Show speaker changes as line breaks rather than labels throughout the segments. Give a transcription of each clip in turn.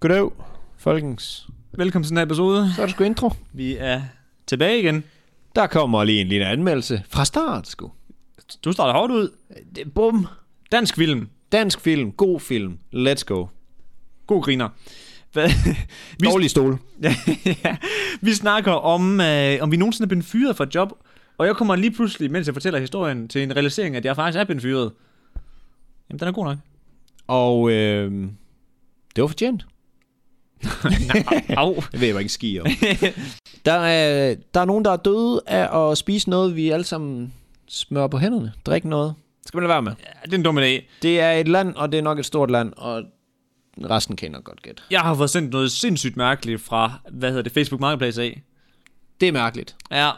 Goddag, folkens.
Velkommen til den her episode.
Så er der sgu intro.
Vi er tilbage igen.
Der kommer lige en lille anmeldelse fra start, sgu.
Du starter hårdt ud.
Det, bum.
Dansk film.
Dansk film, god film. Let's go.
God griner. Hvad? Vi,
Dårlig stol.
ja, vi snakker om, øh, om vi nogensinde er blevet fyret fra et job. Og jeg kommer lige pludselig, mens jeg fortæller historien, til en realisering, af, at jeg faktisk er blevet fyret. Jamen, den er god nok.
Og øh, det var fortjent.
Au.
Det ved jeg jo ikke ski om. der, er, der er nogen, der er døde af at spise noget, vi alle sammen smører på hænderne. Drikke noget. Skal man lade være med.
Ja, det er en dum idé.
Det er et land, og det er nok et stort land, og resten kender godt gæt.
Jeg har fået sendt noget sindssygt mærkeligt fra, hvad hedder det, Facebook Marketplace af.
Det er mærkeligt.
Ja,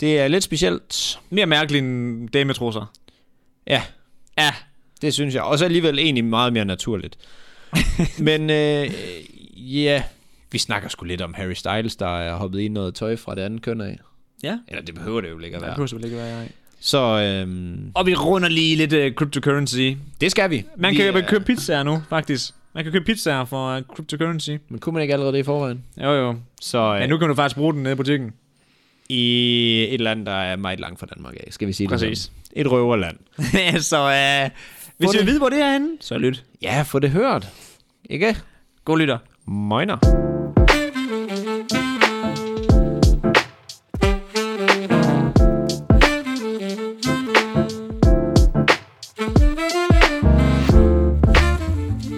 Det er lidt specielt.
mere mærkeligt end dametrusser.
Ja,
Ja,
Det synes jeg. Og så alligevel egentlig meget mere naturligt. Men øh, ja, vi snakker sgu lidt om Harry Styles, der er hoppet i noget tøj fra det andet køn af.
Ja.
Eller det behøver det jo ikke at
det
være.
behøver selvfølgelig ikke være jeg.
Så øh,
Og vi runder lige lidt uh, cryptocurrency.
det skal vi.
Man
vi,
kan
er-
yeah. købe pizzaer nu, faktisk. Man kan købe pizzaer for uh, cryptocurrency.
Men kunne man ikke allerede det i forvejen?
Jo, jo.
Så
Ja,
øh,
nu kan du faktisk bruge den nede i butikken.
i et land, der er meget langt fra Danmark af, skal vi sige det
Præcis.
sådan. Et røverland.
så uh, hvis
Få
I vil
det.
vide, hvor det er henne,
Så lyt. Ja, få det hørt. Ikke?
god lytter.
Møgner.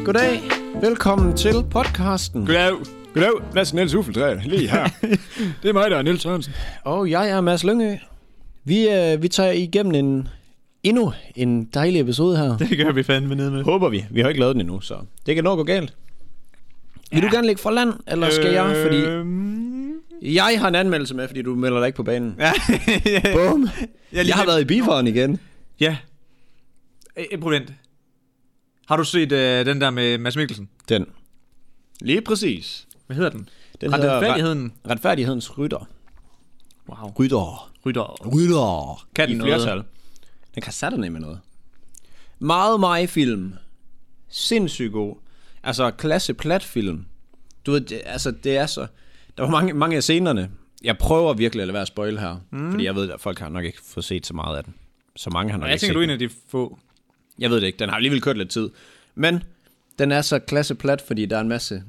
Goddag. Velkommen til podcasten.
Goddag.
Goddag. Mads Niels Uffeltræ, lige her.
Det er mig, der er Niels Sørensen.
Og jeg er Mads Lyngø. Vi, øh, vi tager igennem en, endnu en dejlig episode her.
Det gør vi fandme nede med.
Håber vi. Vi har ikke lavet den endnu, så det kan nok gå galt. Vil du gerne lægge fra land, eller skal jeg? Fordi
Øhm.
Jeg har en anmeldelse med, fordi du melder dig ikke på banen.
Ja,
Bum.
jeg,
Jeg har været i bifaren igen.
Ja. Øh, Imprudent. Har du set uh, den der med Mads Mikkelsen?
Den. Lige præcis.
Hvad hedder den?
Den
Har
hedder
den færdigheden?
Retfærdighedens rytter.
Wow.
Rytter.
Rytter.
Rytter.
Kan den
I
noget?
flertal. Den kan satte med noget. Meget mig film. Sindssygt god. Altså, klasse plat film. Du ved, det, altså, det er så... Der var mange, mange af scenerne. Jeg prøver virkelig at lade være at spoil her. Mm. Fordi jeg ved, at folk har nok ikke fået set så meget af den. Så mange har nok
Og jeg
ikke set
tænker, du
den.
er en af de få.
Jeg ved det ikke, den har alligevel kørt lidt tid. Men den er så klasseplat, fordi der er en masse...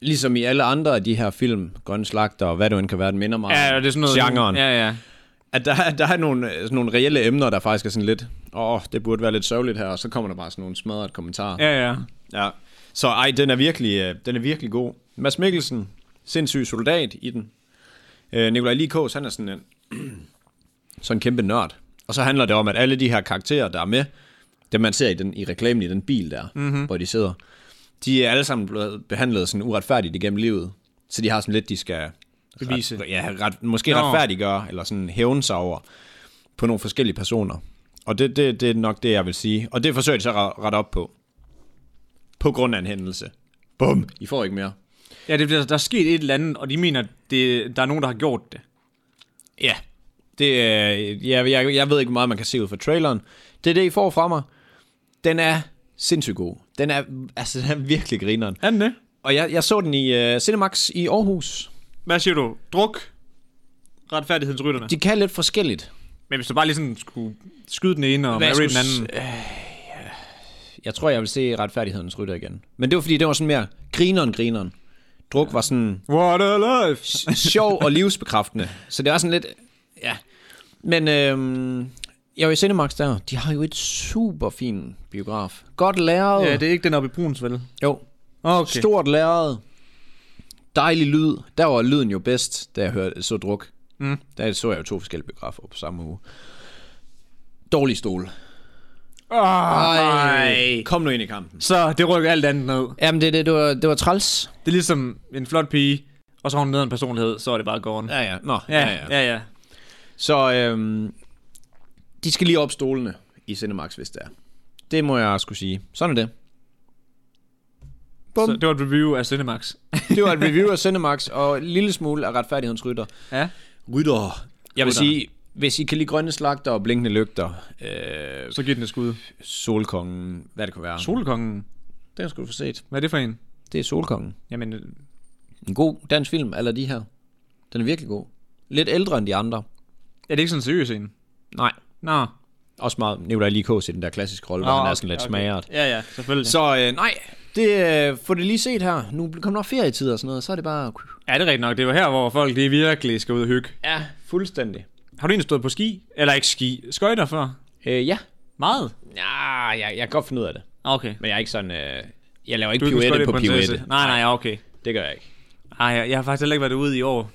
Ligesom i alle andre af de her film, Grønne Slagter og hvad det end kan være, den minder mig om
Ja, det er sådan noget.
genren. Ja.
Ja, ja.
At der, er- der er nogle, øh, sådan nogle reelle emner, der faktisk er sådan lidt, åh, oh, det burde være lidt sørgeligt her, og så kommer der bare sådan nogle smadret kommentarer.
Ja, ja.
Ja. Så ej, den er virkelig, øh, den er virkelig god. Mads Mikkelsen, sindssyg soldat i den. Øh, Nikolaj Likås, han er sådan en, sådan en kæmpe nørd. Og så handler det om, at alle de her karakterer, der er med, dem man ser i, den, i reklamen i den bil der,
Mhm.
mm-hmm. hvor de sidder, de er alle sammen blevet behandlet sådan uretfærdigt igennem livet. Så de har sådan lidt, de skal...
Bevise.
Ret, ja, ret, måske
Nå.
retfærdiggøre, eller sådan hævne sig over på nogle forskellige personer. Og det, det, det er nok det, jeg vil sige. Og det forsøger de så at rette op på. På grund af en hændelse. Bum. I får ikke mere.
Ja, det, der, der er sket et eller andet, og de mener, det, der er nogen, der har gjort det.
Ja. Det, øh, jeg, jeg, jeg ved ikke, hvor meget man kan se ud fra traileren. Det er det, I får fra mig. Den er sindssygt god. Den er, altså, den er virkelig grineren.
Er den det?
Og jeg, jeg så den i øh, Cinemax i Aarhus.
Hvad siger du? Druk? Retfærdighedsrytterne?
De kan lidt forskelligt.
Men hvis du bare lige sådan skulle skyde den ene og marry
skulle
den anden.
Jeg tror, jeg vil se retfærdighedens rytter igen. Men det var, fordi det var sådan mere grineren, grineren. Druk var sådan
What a life!
sjov og livsbekræftende. Så det var sådan lidt... Ja. Men øhm, jeg var i Cinemax der. De har jo et super fin biograf. Godt læret.
Ja, det er ikke den oppe i Bruns, vel?
Jo,
Okay.
okay. stort læret. Dejlig lyd. Der var lyden jo bedst, da jeg hørte, så druk. Mm. Der så jeg jo to forskellige biografer på samme uge. Dårlig stol.
Ah, Ej.
Kom nu ind i kampen.
Så det rykker alt andet ned.
Jamen, det, det, det, var, det var træls.
Det er ligesom en flot pige, og så har hun nede en personlighed, så er det bare gården.
Ja, ja. Nå,
Ja, ja, ja.
Så øhm, de skal lige op stolene i Cinemax, hvis det er. Det må jeg skulle sige. Sådan er det. Bum.
Så det var et review af Cinemax.
Det var et review af Cinemax, og en lille smule af retfærdighedens rytter.
Ja.
Rytter. Jeg vil
Rytterne.
sige, hvis I kan lide grønne slagter og blinkende lygter, øh,
Så giv den et skud.
Solkongen, hvad det kunne være.
Solkongen.
Den skulle du få set.
Hvad er det for en?
Det er Solkongen.
Jamen,
En god dansk film, eller de her. Den er virkelig god. Lidt ældre end de andre.
er det ikke sådan en seriøs en?
Nej.
Nå.
Også meget Nicolai Likos i den der klassiske rolle, hvor han er sådan lidt okay. smagret.
Ja, ja, selvfølgelig. Så,
Så øh, nej, det øh, får det lige set her. Nu kommer der ferietid og sådan noget, så er det bare...
ja, det er rigtigt nok. Det er jo her, hvor folk lige virkelig skal ud og hygge.
Ja, fuldstændig.
Har du egentlig stået på ski? Eller ikke ski? Skøjter før?
Øh, ja.
Meget? Ah,
Ja, jeg, jeg kan godt finde ud af det.
Okay.
Men jeg er ikke sådan... Øh, jeg laver ikke
Du er ikke en
pirouette på
skøjteprinsesse.
pirouette.
Nej, nej, okay.
Det gør jeg ikke.
Ej, jeg, jeg har faktisk heller ikke været ude i år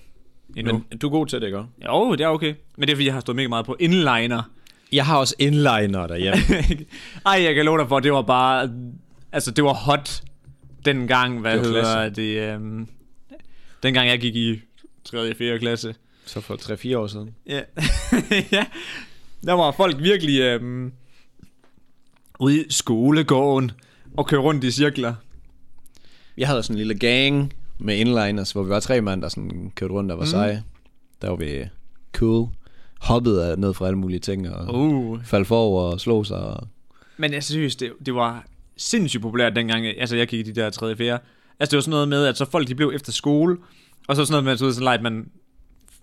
endnu. Men,
Men du er god til det, ikke?
jo, det er okay. Men det er fordi, jeg har stået mega meget på inliner.
Jeg har også inliner derhjemme.
Ej, jeg kan love dig for, det var bare... Altså, det var hot dengang, hvad
Det
det
var
hedder
klasse.
det... Øhm, dengang jeg gik i 3. og 4. klasse.
så for 3-4 år siden.
Ja. ja. Der var folk virkelig øhm, ude i skolegården og køre rundt i cirkler.
Jeg havde sådan en lille gang med inliners, hvor vi var tre mand, der sådan kørte rundt og var mm. seje. Der var vi cool. Hoppede af- ned fra alle mulige ting og uh.
Uh.
faldt forover og slog sig. Og...
Men jeg synes, det, det var sindssygt populært dengang, altså jeg gik i de der 3. og 4. Altså det var sådan noget med, at så folk de blev efter skole, og så sådan noget med, at så ud sådan leg, man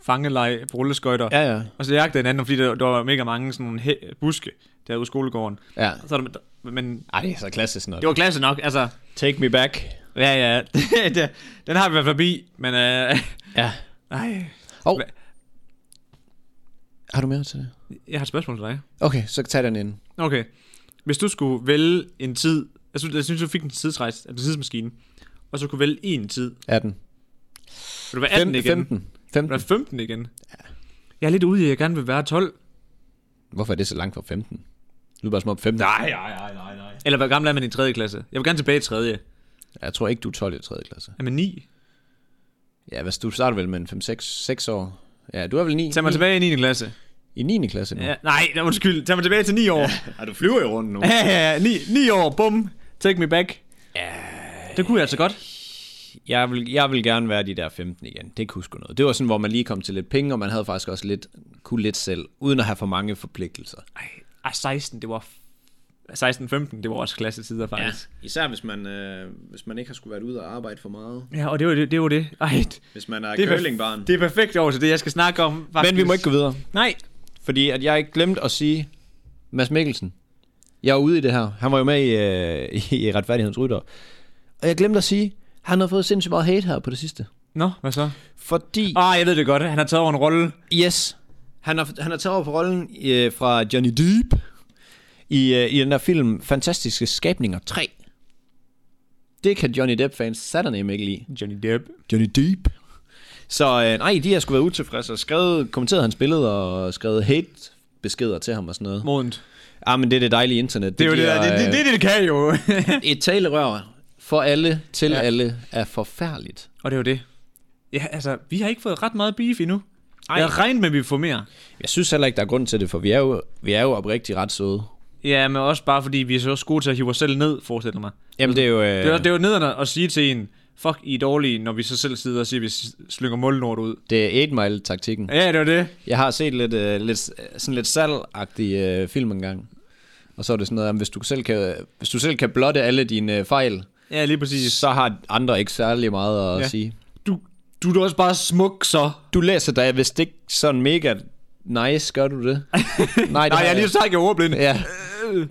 fangeleg på rulleskøjter.
Ja, ja.
Og så jagtede hinanden, fordi der, der var mega mange sådan nogle he- buske derude i skolegården.
Ja.
Og Så er der, men
Ej, det er så klassisk noget.
det var klasse nok, altså.
Take me back.
Ja, ja, det, det, den har vi været forbi, men øh,
Ja.
nej.
Og...
Hva-
Har du mere til det?
Jeg har et spørgsmål til dig.
Okay, så tag den ind.
Okay. Hvis du skulle vælge en tid, jeg synes, jeg synes du fik en tidsrejse, altså en tidsmaskine, og så kunne vælge en tid,
18.
Vil du være 18 igen? 15.
15.
Vil du være
15.
15 igen? Ja. Jeg er lidt ude i, at jeg gerne vil være 12.
Hvorfor er det så langt fra 15? Du er bare som om 15.
Nej, nej, nej, nej, nej. Eller hvor gammel er man i 3. klasse? Jeg vil gerne tilbage i 3. Er
Jeg tror ikke, du er 12 i 3. klasse.
man 9?
Ja, hvis du starter vel med en 5-6 6 år. Ja, du er vel 9.
Tag mig tilbage i 9. klasse.
I 9. klasse nu.
Ja, nej, nej, undskyld. Tag mig tilbage til 9 år.
Ja, du flyver jo rundt nu.
Ja, ja, ja. 9, 9 år. Bum. Take me back. Ja. Det kunne jeg altså godt.
Jeg vil, jeg vil gerne være de der 15 igen. Det kunne sgu noget. Det var sådan, hvor man lige kom til lidt penge, og man havde faktisk også lidt, kunne lidt selv, uden at have for mange forpligtelser.
Ej, ej 16, det var... f- 16-15, det var også klassetider faktisk.
Især hvis man, øh, hvis man ikke har skulle været ude og arbejde for meget.
Ja, ja og det var det. det, var det. Ej,
Hvis man er,
det perf- Det er perfekt over til det, jeg skal snakke om. Faktisk.
Men vi må ikke gå videre.
Nej.
Fordi at jeg ikke glemte at sige, Mads Mikkelsen, jeg er ude i det her. Han var jo med i, øh, i Retfærdighedens Rytter. Og jeg glemte at sige, han har fået sindssygt meget hate her på det sidste.
Nå, hvad så?
Fordi
Ah, jeg ved det godt. Han har taget over en rolle.
Yes. Han har, han har taget over på rollen øh, fra Johnny Depp i, øh, i den der film Fantastiske Skabninger 3. Det kan Johnny Depp-fans satternem ikke lide.
Johnny Depp.
Johnny Deep. Så øh, nej, de har sgu været utilfredse og skrevet, kommenteret hans billede og skrevet hate-beskeder til ham og sådan noget.
Modent.
Ah, men det er det dejlige internet.
Det er jo det,
giver,
der, det, det,
øh,
det, det, det kan jo.
Et talerør for alle, til
Ja.
ja. alle, er forfærdeligt.
og det er jo det. Ja, altså, vi har ikke fået ret meget beef endnu. Ej.
Ej.
Jeg regner med, at vi får mere.
Jeg synes heller ikke, der er grund til det, for vi er jo, vi er jo oprigtigt ret søde.
Ja, men også bare fordi, vi er så også gode til at hive os selv ned, forestiller mig.
Jamen, det er jo... Øh,
Det er, det er jo nederne at sige til en, fuck, I er dårlige, når vi så selv sidder og siger, at vi s- slynger målnort ud.
det er 8 Mile-taktikken.
Ja, det var det.
Jeg har set lidt, øh, lidt sådan lidt salgagtig øh, film engang. Og så er det sådan noget, at hvis du selv kan, hvis du selv kan blotte alle dine øh, fejl,
Ja, lige præcis.
så har andre ikke særlig meget at
Ja.
ja. sige.
Du, du er da også bare smuk, så.
Du læser da vist ikke sådan mega nice, gør du det? Nej, det
Nej, jeg er lige så ikke ordblind.
Ja.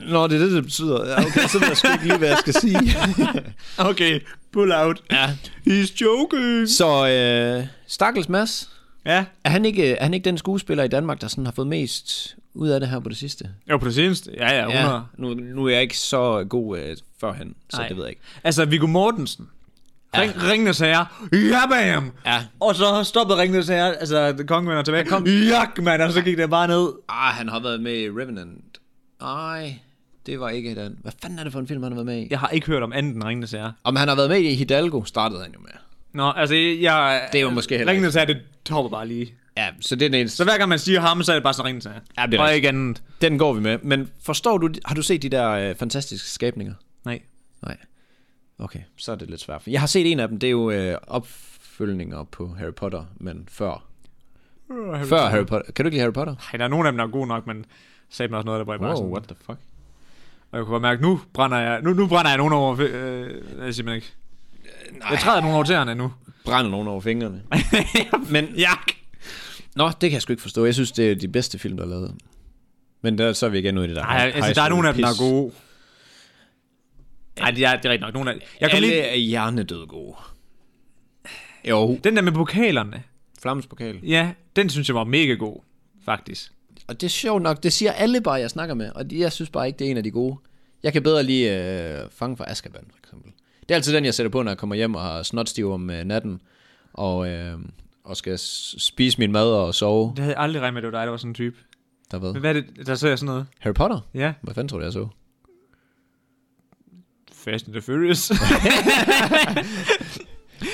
Nå, det er det, det betyder. Ja, okay, så ved jeg sgu ikke lige, hvad jeg skal sige.
Okay, pull out.
ja.
He's joking.
Så øh, Stakkels Mads,
Ja,
er han, ikke, er han ikke den skuespiller i Danmark, der sådan har fået mest ud af det her på det sidste?
jo på det seneste. Ja, ja, 100. Ja.
nu, nu er jeg ikke så god øh, førhen, så
Nej.
det ved jeg ikke.
Altså, Viggo Mortensen. Ring, ja. Ringnes herre. Ja, bam!
Ja.
Og så stoppede Ringnes herre. Altså, kongen vender tilbage. Kom. Jak, mand! Og så gik det bare ned.
Ah, han har været med i Revenant. Nej, det var ikke den. Hvad fanden er det for en film, han har været med i? Ja.
Jeg har ikke hørt om andet end Ringnes herre.
Om han har været med i Hidalgo, startede han jo med.
Nå, altså, jeg...
Det er jo måske heller
Ringnes herre, det topper bare lige.
Ja, så det er den eneste.
Så hver gang man siger ham, så er det bare sådan Ringnes herre.
Ja, det er
Og
rigtigt.
ikke andet.
Den går vi med. Men forstår du, har du set de der øh, fantastiske skabninger?
Nej.
Nej. Okay, så er det lidt svært. Jeg har set en af dem, det er jo øh, opfølgninger på Harry Potter, men før. Før Harry Potter. Kan du ikke lide Harry Potter?
Ej, der er nogle af dem, der er gode nok, men sagde mig også noget, der var i bare sådan.
the fuck?
Og jeg kunne bare mærke, nu brænder jeg, nu, nu brænder jeg nogen over. Øh, jeg siger man ikke.
Nej,
Jeg træder nogle over tæerne nu.
brænder nogen over fingrene. Men
ja.
Nå, det kan jeg sgu ikke forstå. Jeg synes, det er de bedste film, der er lavet. Men der, så er vi igen ude i det der.
Ej,
high-
altså,
high
der er
school
nogle af dem, der
pis.
er gode. Nej, det er, det er rigtigt nok. Nogle af, jeg kan
Alle
lige,
er hjernedød gode. Jo.
den der med pokalerne,
Flammens pokal.
ja, den synes jeg var mega god, faktisk.
Og det er sjovt nok, det siger alle bare, jeg snakker med, og de- jeg synes bare ikke, det er en af de gode. Jeg kan bedre lige øh, fange fra Askaban, for eksempel. Det er altid den, jeg sætter på, når jeg kommer hjem og har snotstiv om øh, natten, og, øh, og skal s- spise min mad og sove.
Det havde jeg aldrig regnet med, at det var dig, der var sådan en type.
Der hvad?
Men hvad er det, der ser jeg sådan noget?
Harry Potter?
Ja.
Hvad fanden tror du, jeg så?
Fast and the Furious.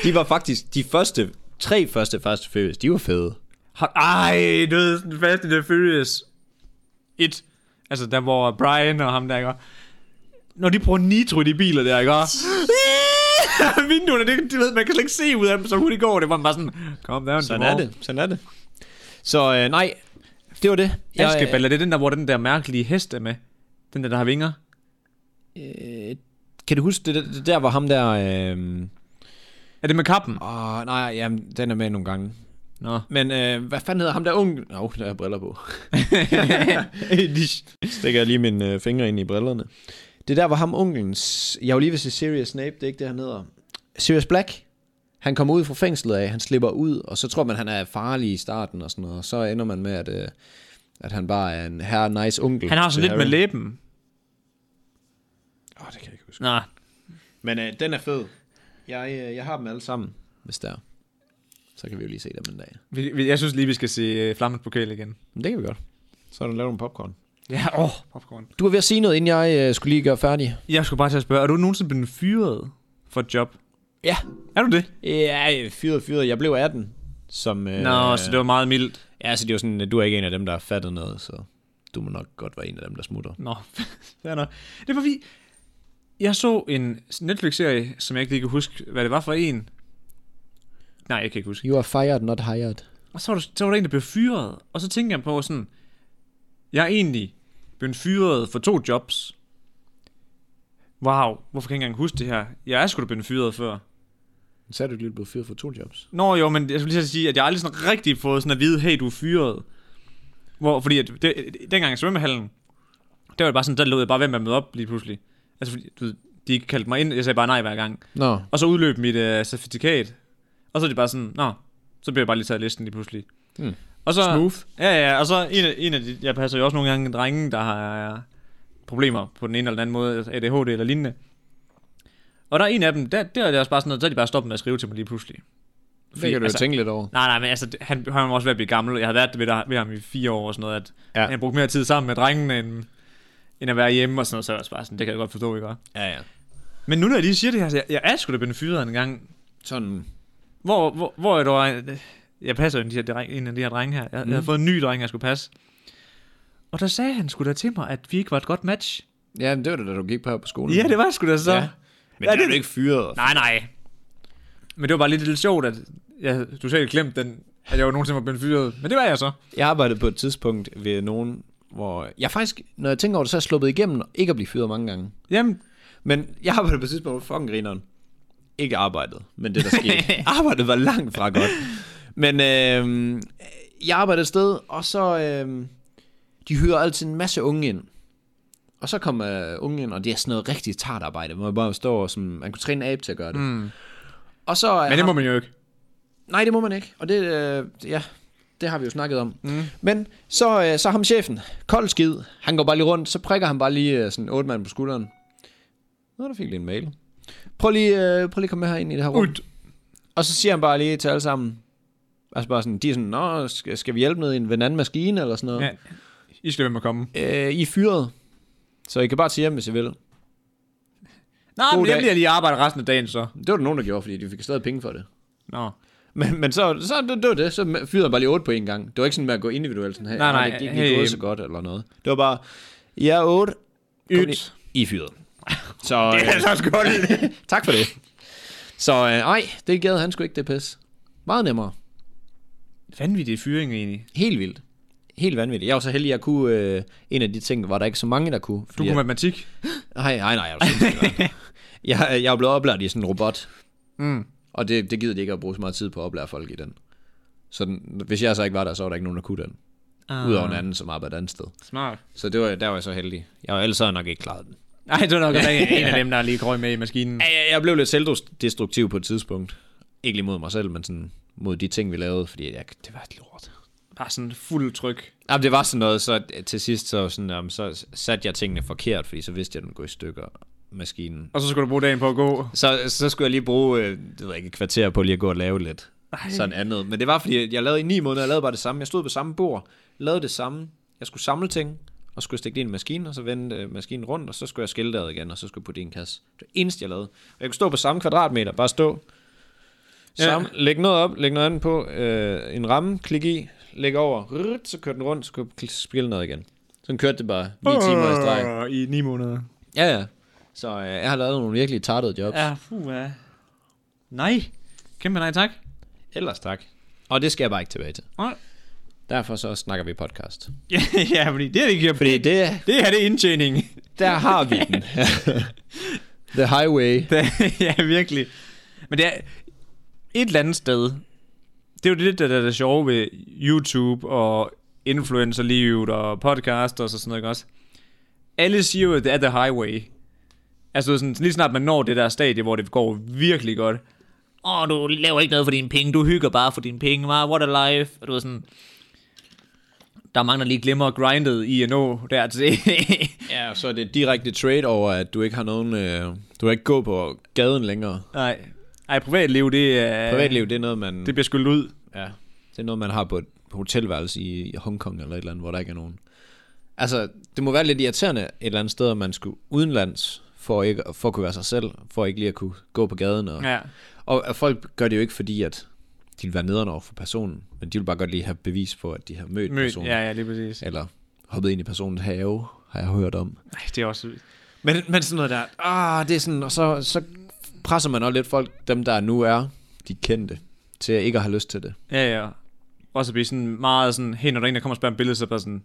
De var faktisk de første, tre første første Furious, de var fede.
Har- Ej, du ved, sådan Fast and the Furious 1. Altså, der hvor Brian og ham der, ikke? Når de bruger nitro i de biler der, ikke? Vinduerne, det, du ved, man kan slet ikke se ud af dem, så hurtigt går det. Var bare sådan, calm down.
Sådan er det, sådan er det. Så øh, nej, det var det.
Askeball, er det den der, hvor den der mærkelige hest er med? Den der, der har vinger?
øh, kan du huske, det, det, det der var ham der... Øh,
Er det med kappen?
åh, nej, jamen, den er med nogle gange.
Nå.
Men øh, hvad fanden hedder ham der unge? Nå, der er briller på. de stikker jeg lige mine øh, fingre ind i brillerne. Det der var ham onkelen, S- jeg var lige ved at sige Sirius Snape, det er ikke det, han hedder. Sirius Black, han kommer ud fra fængslet af, han slipper ud, og så tror man, han er farlig i starten og sådan noget, og så ender man med, at, øh, at han bare er en herre nice onkel.
Han har
til
sådan lidt med
Harry.
læben.
Åh, det kan jeg ikke huske.
Nå.
Men øh, den er fed. Jeg, øh, jeg har dem alle sammen, hvis der. Så kan vi jo lige se dem en dag.
Vi, vi, jeg synes lige, vi skal se uh, Flammens Pokal igen.
Men det kan vi godt. Så er der lavet nogle popcorn.
Ja, åh, oh, popcorn.
Du var ved at sige noget, inden jeg øh, skulle lige gøre færdig.
Jeg skulle bare til at spørge, er du nogensinde blevet fyret for et job?
Ja.
Er du det?
Ja, fyret, fyret. Jeg blev 18. Som, øh,
Nå, så det var meget mildt.
Ja, så det var sådan, at du er ikke en af dem, der har fattet noget, så du må nok godt være en af dem, der smutter.
Nå, fair nok. Det er fordi, jeg så en Netflix-serie, som jeg ikke lige kan huske, hvad det var for en. Nej, jeg kan ikke huske.
You are fired, not hired.
Og så var, der, så var der en, der blev fyret. Og så tænkte jeg på sådan, jeg er egentlig blevet fyret for to jobs. Wow, hvorfor kan jeg ikke engang huske det her? Jeg er sgu da blevet fyret før.
Så er du lige blevet fyret for to jobs.
Nå jo, men jeg skulle lige så sige, at jeg aldrig sådan rigtig fået sådan at vide, hey, du er fyret. Hvor, fordi at det, dengang i svømmehallen, der var det bare sådan, der lød jeg bare, hvem er mødt op lige pludselig. Altså, fordi, du, ved, de kaldte mig ind, jeg sagde bare nej hver gang.
Nå,
Og så udløb mit øh, certifikat, og så er det bare sådan, nå, så bliver jeg bare lige taget af listen lige pludselig.
Hmm.
Og så,
Smooth.
Ja, ja, og så en af, en af de, jeg passer jo også nogle gange drenge, der har øh, problemer på den ene eller den anden måde, ADHD eller lignende. Og der er en af dem, der, der er det også bare sådan noget, så er de bare stoppet med at skrive til mig lige pludselig.
det kan du altså,
altså-
tænke lidt over.
Nej, nej, men altså, det- han, han var også ved at blive gammel. Jeg har været ved, der, ved ham i fire år og sådan noget, at
Ja.
ja. han brugte mere tid sammen med drengene, end, end at være hjemme og sådan noget. Så er jeg også bare sådan, det kan jeg godt forstå, ikke?
Ja, ja.
Men nu når jeg lige siger det her, så jeg, jeg er sgu da blevet fyret en gang.
Sådan.
Hvor, hvor, hvor er der... Jeg passer jo en, af de her, dreng- en af de her drenge her. Jeg, mm. jeg havde fået en ny dreng, jeg skulle passe. Og der sagde han sgu da til mig, at vi ikke var et godt match.
Ja, men det var det, da du gik på her på skolen.
Ja, det var sgu da så.
Ja.
Mhm. Ja.
Men ja, det er
det-
du ikke fyret.
Nej, nej. Men det var bare lidt, lidt sjovt, at jeg, du selv glemte den, at jeg jo nogensinde var blevet fyret. Men det var jeg så.
Jeg arbejdede på et tidspunkt ved nogen, hvor jeg faktisk, når jeg tænker over det, så er jeg sluppet igennem ikke at blive fyret mange gange.
Jamen,
Men jeg arbejdede på et tidspunkt, hvor fucking grineren. Ikke arbejdet, men det der skete. arbejdet var langt fra godt. Men øh, jeg arbejdede et sted, og så... Øh, de hyrer altid en masse unge ind. Og så kom øh, unge ind, og det er sådan noget rigtig tart arbejde, hvor man bare står og sådan, man kunne træne en abe til at gøre det. Mm. Og så øh, er
men det
ham-
må man jo ikke.
Nej, det må man ikke. Og det, øh, ja, det har vi jo snakket om. Mm. Men så, øh, så ham chefen, kold skid, han går bare lige rundt, så prikker han bare lige øh, sådan otte mand på skulderen. Nå, der fik lige en mail. Prøv lige, øh, prøv lige at komme med her ind i det her rum.
Ud.
Og så siger han bare lige til alle sammen, altså bare sådan, de er sådan, Nå, skal, skal vi hjælpe med en ved en anden maskine eller sådan noget?
Ja. I skal med at komme.
Øh, I er fyret, så I kan bare tage hjem, hvis I vil.
Nå,
God
men jeg
dag.
bliver lige arbejde resten af dagen så.
Det var der nogen, der gjorde, fordi de fik stadig penge for det.
Nå.
Men, men så, så det, det var det. Så fyrede han bare lige 8 på en gang. Det var ikke sådan med at gå individuelt. Sådan, hey,
Nej, nej,
Det gik ikke
hey,
gået så godt eller noget. Det var bare, jeg er 8.
Yt.
I fyret. Så øh,
så også godt.
tak for det. Så øh, ej, det gad han sgu ikke, det pis. Meget nemmere.
Vanvittig fyring egentlig.
Helt vildt. Helt vanvittigt. Jeg var så heldig, jeg kunne øh, en af de ting, var der ikke så mange, der kunne.
Du
fordi
kunne matematik.
jeg, nej, nej, nej. Jeg, er jo sindssygt, mand. jeg, jeg er blevet oplært i sådan en robot.
Mm.
Og det, det gider de ikke at bruge så meget tid på at oplære folk i den. Så den, hvis jeg så ikke var der, så var der ikke nogen, der kunne den. Uh. Udover en anden, som arbejder et andet sted.
Smart.
Så det var, der var jeg så heldig. Jeg var ellers havde jeg nok ikke klaret den.
Nej, det var nok en af dem, der lige krøg med i maskinen.
Ja, Jeg, jeg blev lidt selvdestruktiv på et tidspunkt. Ikke lige mod mig selv, men sådan mod de ting, vi lavede, fordi jeg, det var et lort.
Bare sådan fuld tryk.
Jamen, det var sådan noget, så til sidst så, sådan, jamen, så satte jeg tingene forkert, fordi så vidste jeg, at den går i stykker, maskinen.
Og så skulle du bruge dagen på at gå.
Så, så skulle jeg lige bruge, øh, det ved jeg ikke, et kvarter på lige at gå og lave lidt. Ej. Sådan andet. Men det var, fordi jeg lavede i ni måneder, jeg lavede bare det samme. Jeg stod på samme bord, lavede det samme. Jeg skulle samle ting, og skulle stikke det i en maskine, og så vende øh, maskinen rundt, og så skulle jeg skille det ad igen, og så skulle jeg putte det i en kasse. Det var det eneste, jeg lavede. Og jeg kunne stå på samme kvadratmeter, bare stå.
Ja.
Samme, ja. Læg noget op, læg noget andet på, øh, en ramme, klik i, læg over, rrrt, så kørte den rundt, så kunne jeg kl- spille noget igen. Sådan kørte det bare 9 timer i streg.
I ni måneder.
Ja, ja. Så øh, jeg har lavet nogle virkelig tartede jobs.
Ja, puh, ja. Nej. Kæmpe nej, tak.
Ellers tak. Og det skal jeg bare ikke tilbage til.
Nej.
Derfor så snakker vi podcast.
ja, ja, fordi det er det ikke.
Fordi det,
Det her, det er indtjening.
der har vi den. The highway.
Det- ja, virkelig. Men det er et eller andet sted. Det er jo det, der, der er det sjove ved YouTube og influencerlivet og podcast og så sådan noget, ikke også? Alle siger jo, at det er the highway. Altså sådan, lige snart man når det der stadie, hvor det går virkelig godt. Åh, oh, du laver ikke noget for dine penge, du hygger bare for dine penge, man. what a life. Og du er sådan, der er mange, der lige glemmer grindet i at nå dertil.
Ja, og så er det direkte trade over, at du ikke har nogen... Øh, du kan ikke gå på gaden længere.
Nej, Ej, privatliv, det er...
Privatliv, det er noget, man...
Det
Det,
bliver skyldt ud.
ja, det er noget, man har på et hotelværelse i, i Hongkong eller et eller andet, hvor der ikke er nogen. Altså, det må være lidt irriterende et eller andet sted, at man skulle udenlands for, ikke, for at kunne være sig selv, for ikke lige at kunne gå på gaden og
Ja.
Og at folk gør det jo ikke fordi, at de vil være nederen over for personen, men de vil bare godt lige have bevis på, at de har mødt,
Mød,
personen.
ja, ja, lige præcis. Ja.
Eller hoppet ind i personens have, har jeg hørt om.
Ej, det er også vildt.
Men, men sådan noget der, ah, det er sådan, og så, så presser man også lidt folk, dem der nu er, de kendte, til ikke at have lyst til det.
Ja, ja. Også at blive sådan meget sådan, hey, når der er en, der kommer og spørger om billede, så er det bare sådan,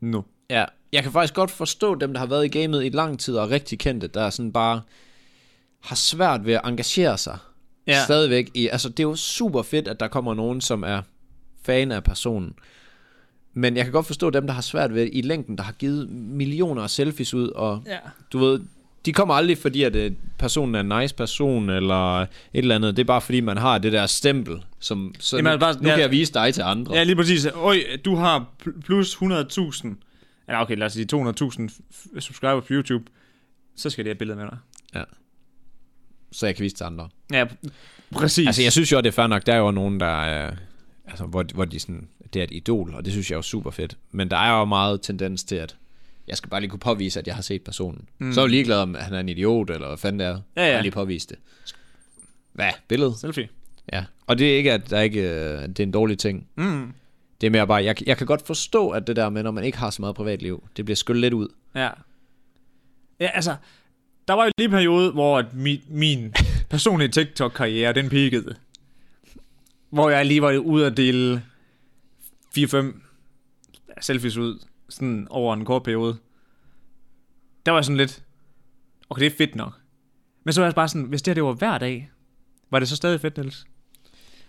nu.
Ja, jeg kan faktisk godt forstå dem, der har været i gamet i lang tid og er rigtig kendte, der er sådan bare har svært ved at engagere sig ja.
Ja.
stadigvæk. I, altså, det er jo super fedt, at der kommer nogen, som er fan af personen. Men jeg kan godt forstå dem, der har svært ved i længden, der har givet millioner af selfies ud, og
Ja.
du ved, de kommer aldrig fordi, at øh, personen er en nice person, eller et eller andet. Det er bare fordi, man har det der stempel, som så
Jamen, altså,
nu,
bare-
nu
ja.
kan jeg vise dig til andre.
Ja, lige præcis. Øj, du har pl- plus 100.000, eller okay, lad os sige 200.000 f- subscriber på YouTube, så skal det have billeder med dig.
Så jeg kan vise til andre.
Ja, p- præcis.
Altså, jeg synes jo, at det er fair nok. Der er jo nogen, der er... Altså, hvor, hvor de sådan, det er et idol, og det synes jeg er jo super fedt. Men der er jo meget tendens til, at jeg skal bare lige kunne påvise, at jeg har set personen. Mm. Så er jeg jo ligeglad, om han er en idiot, eller hvad fanden det er.
Ja, ja.
Bare lige påvise det. Hvad? Billedet?
Selfie.
Ja. Og det er ikke, at der ikke, øh, at det er en dårlig ting.
Mm.
Det er mere bare, jeg, jeg kan godt forstå, at det der med, når man ikke har så meget privatliv, det bliver skyllet lidt ud.
Ja. Ja, altså, der var jo lige en periode, hvor at mi, min personlige TikTok-karriere, den peakede. Hvor jeg lige var ude at dele 4-5 selfies ud, sådan over en kort periode. Der var jeg sådan lidt, okay, det er fedt nok. Men så var jeg bare sådan, hvis det her det var hver dag, var det så stadig fedt, Niels?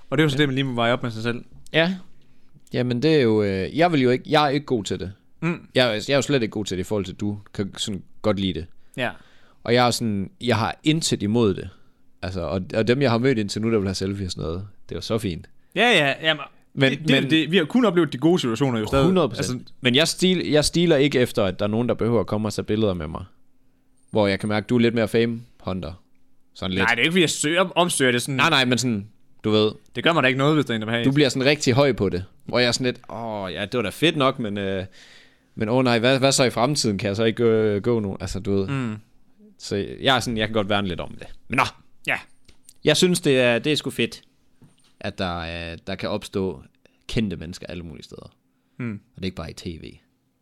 Og det var så det, man lige må veje op med sig selv.
Ja. Jamen, det er jo... Øh, jeg vil jo ikke... Jeg er ikke god til det.
Mm.
Jeg, jeg er jo slet ikke god til det i forhold til, at du kan sådan godt lide det.
Ja.
Og jeg er sådan, jeg har intet imod det. Altså, og, og dem, jeg har mødt indtil nu, der vil have selfie og sådan noget, det er jo så fint.
Ja, ja, jamen,
Men-
men, det, det,
men-
men, det, vi har kun oplevet de gode situationer jo stadig.
100 procent. Altså, men jeg, stil, jeg stiler ikke efter, at der er nogen, der behøver at komme og tage billeder med mig. Hvor jeg kan mærke, du er lidt mere fame, Hunter. Sådan lidt.
Nej,
Nej,
det er ikke, fordi jeg søger, omsøger det sådan.
nej, nej men sådan, du ved,
Det gør mig da ikke noget, hvis der er en, der vil have
du
en.
bliver sådan rigtig høj på det. Hvor jeg er sådan lidt, åh ja, det var da fedt nok, men... Øh, men åh oh, nej, hvad, hvad så i fremtiden? Kan jeg så ikke øh, gå nu? Altså, du ved. Mm. Så jeg er sådan, jeg kan godt værne lidt om det. Men nå,
Ja.
Jeg synes, det er, det er sgu fedt, at der, øh, der kan opstå kendte mennesker alle mulige steder.
Hmm.
Og det er ikke bare i tv.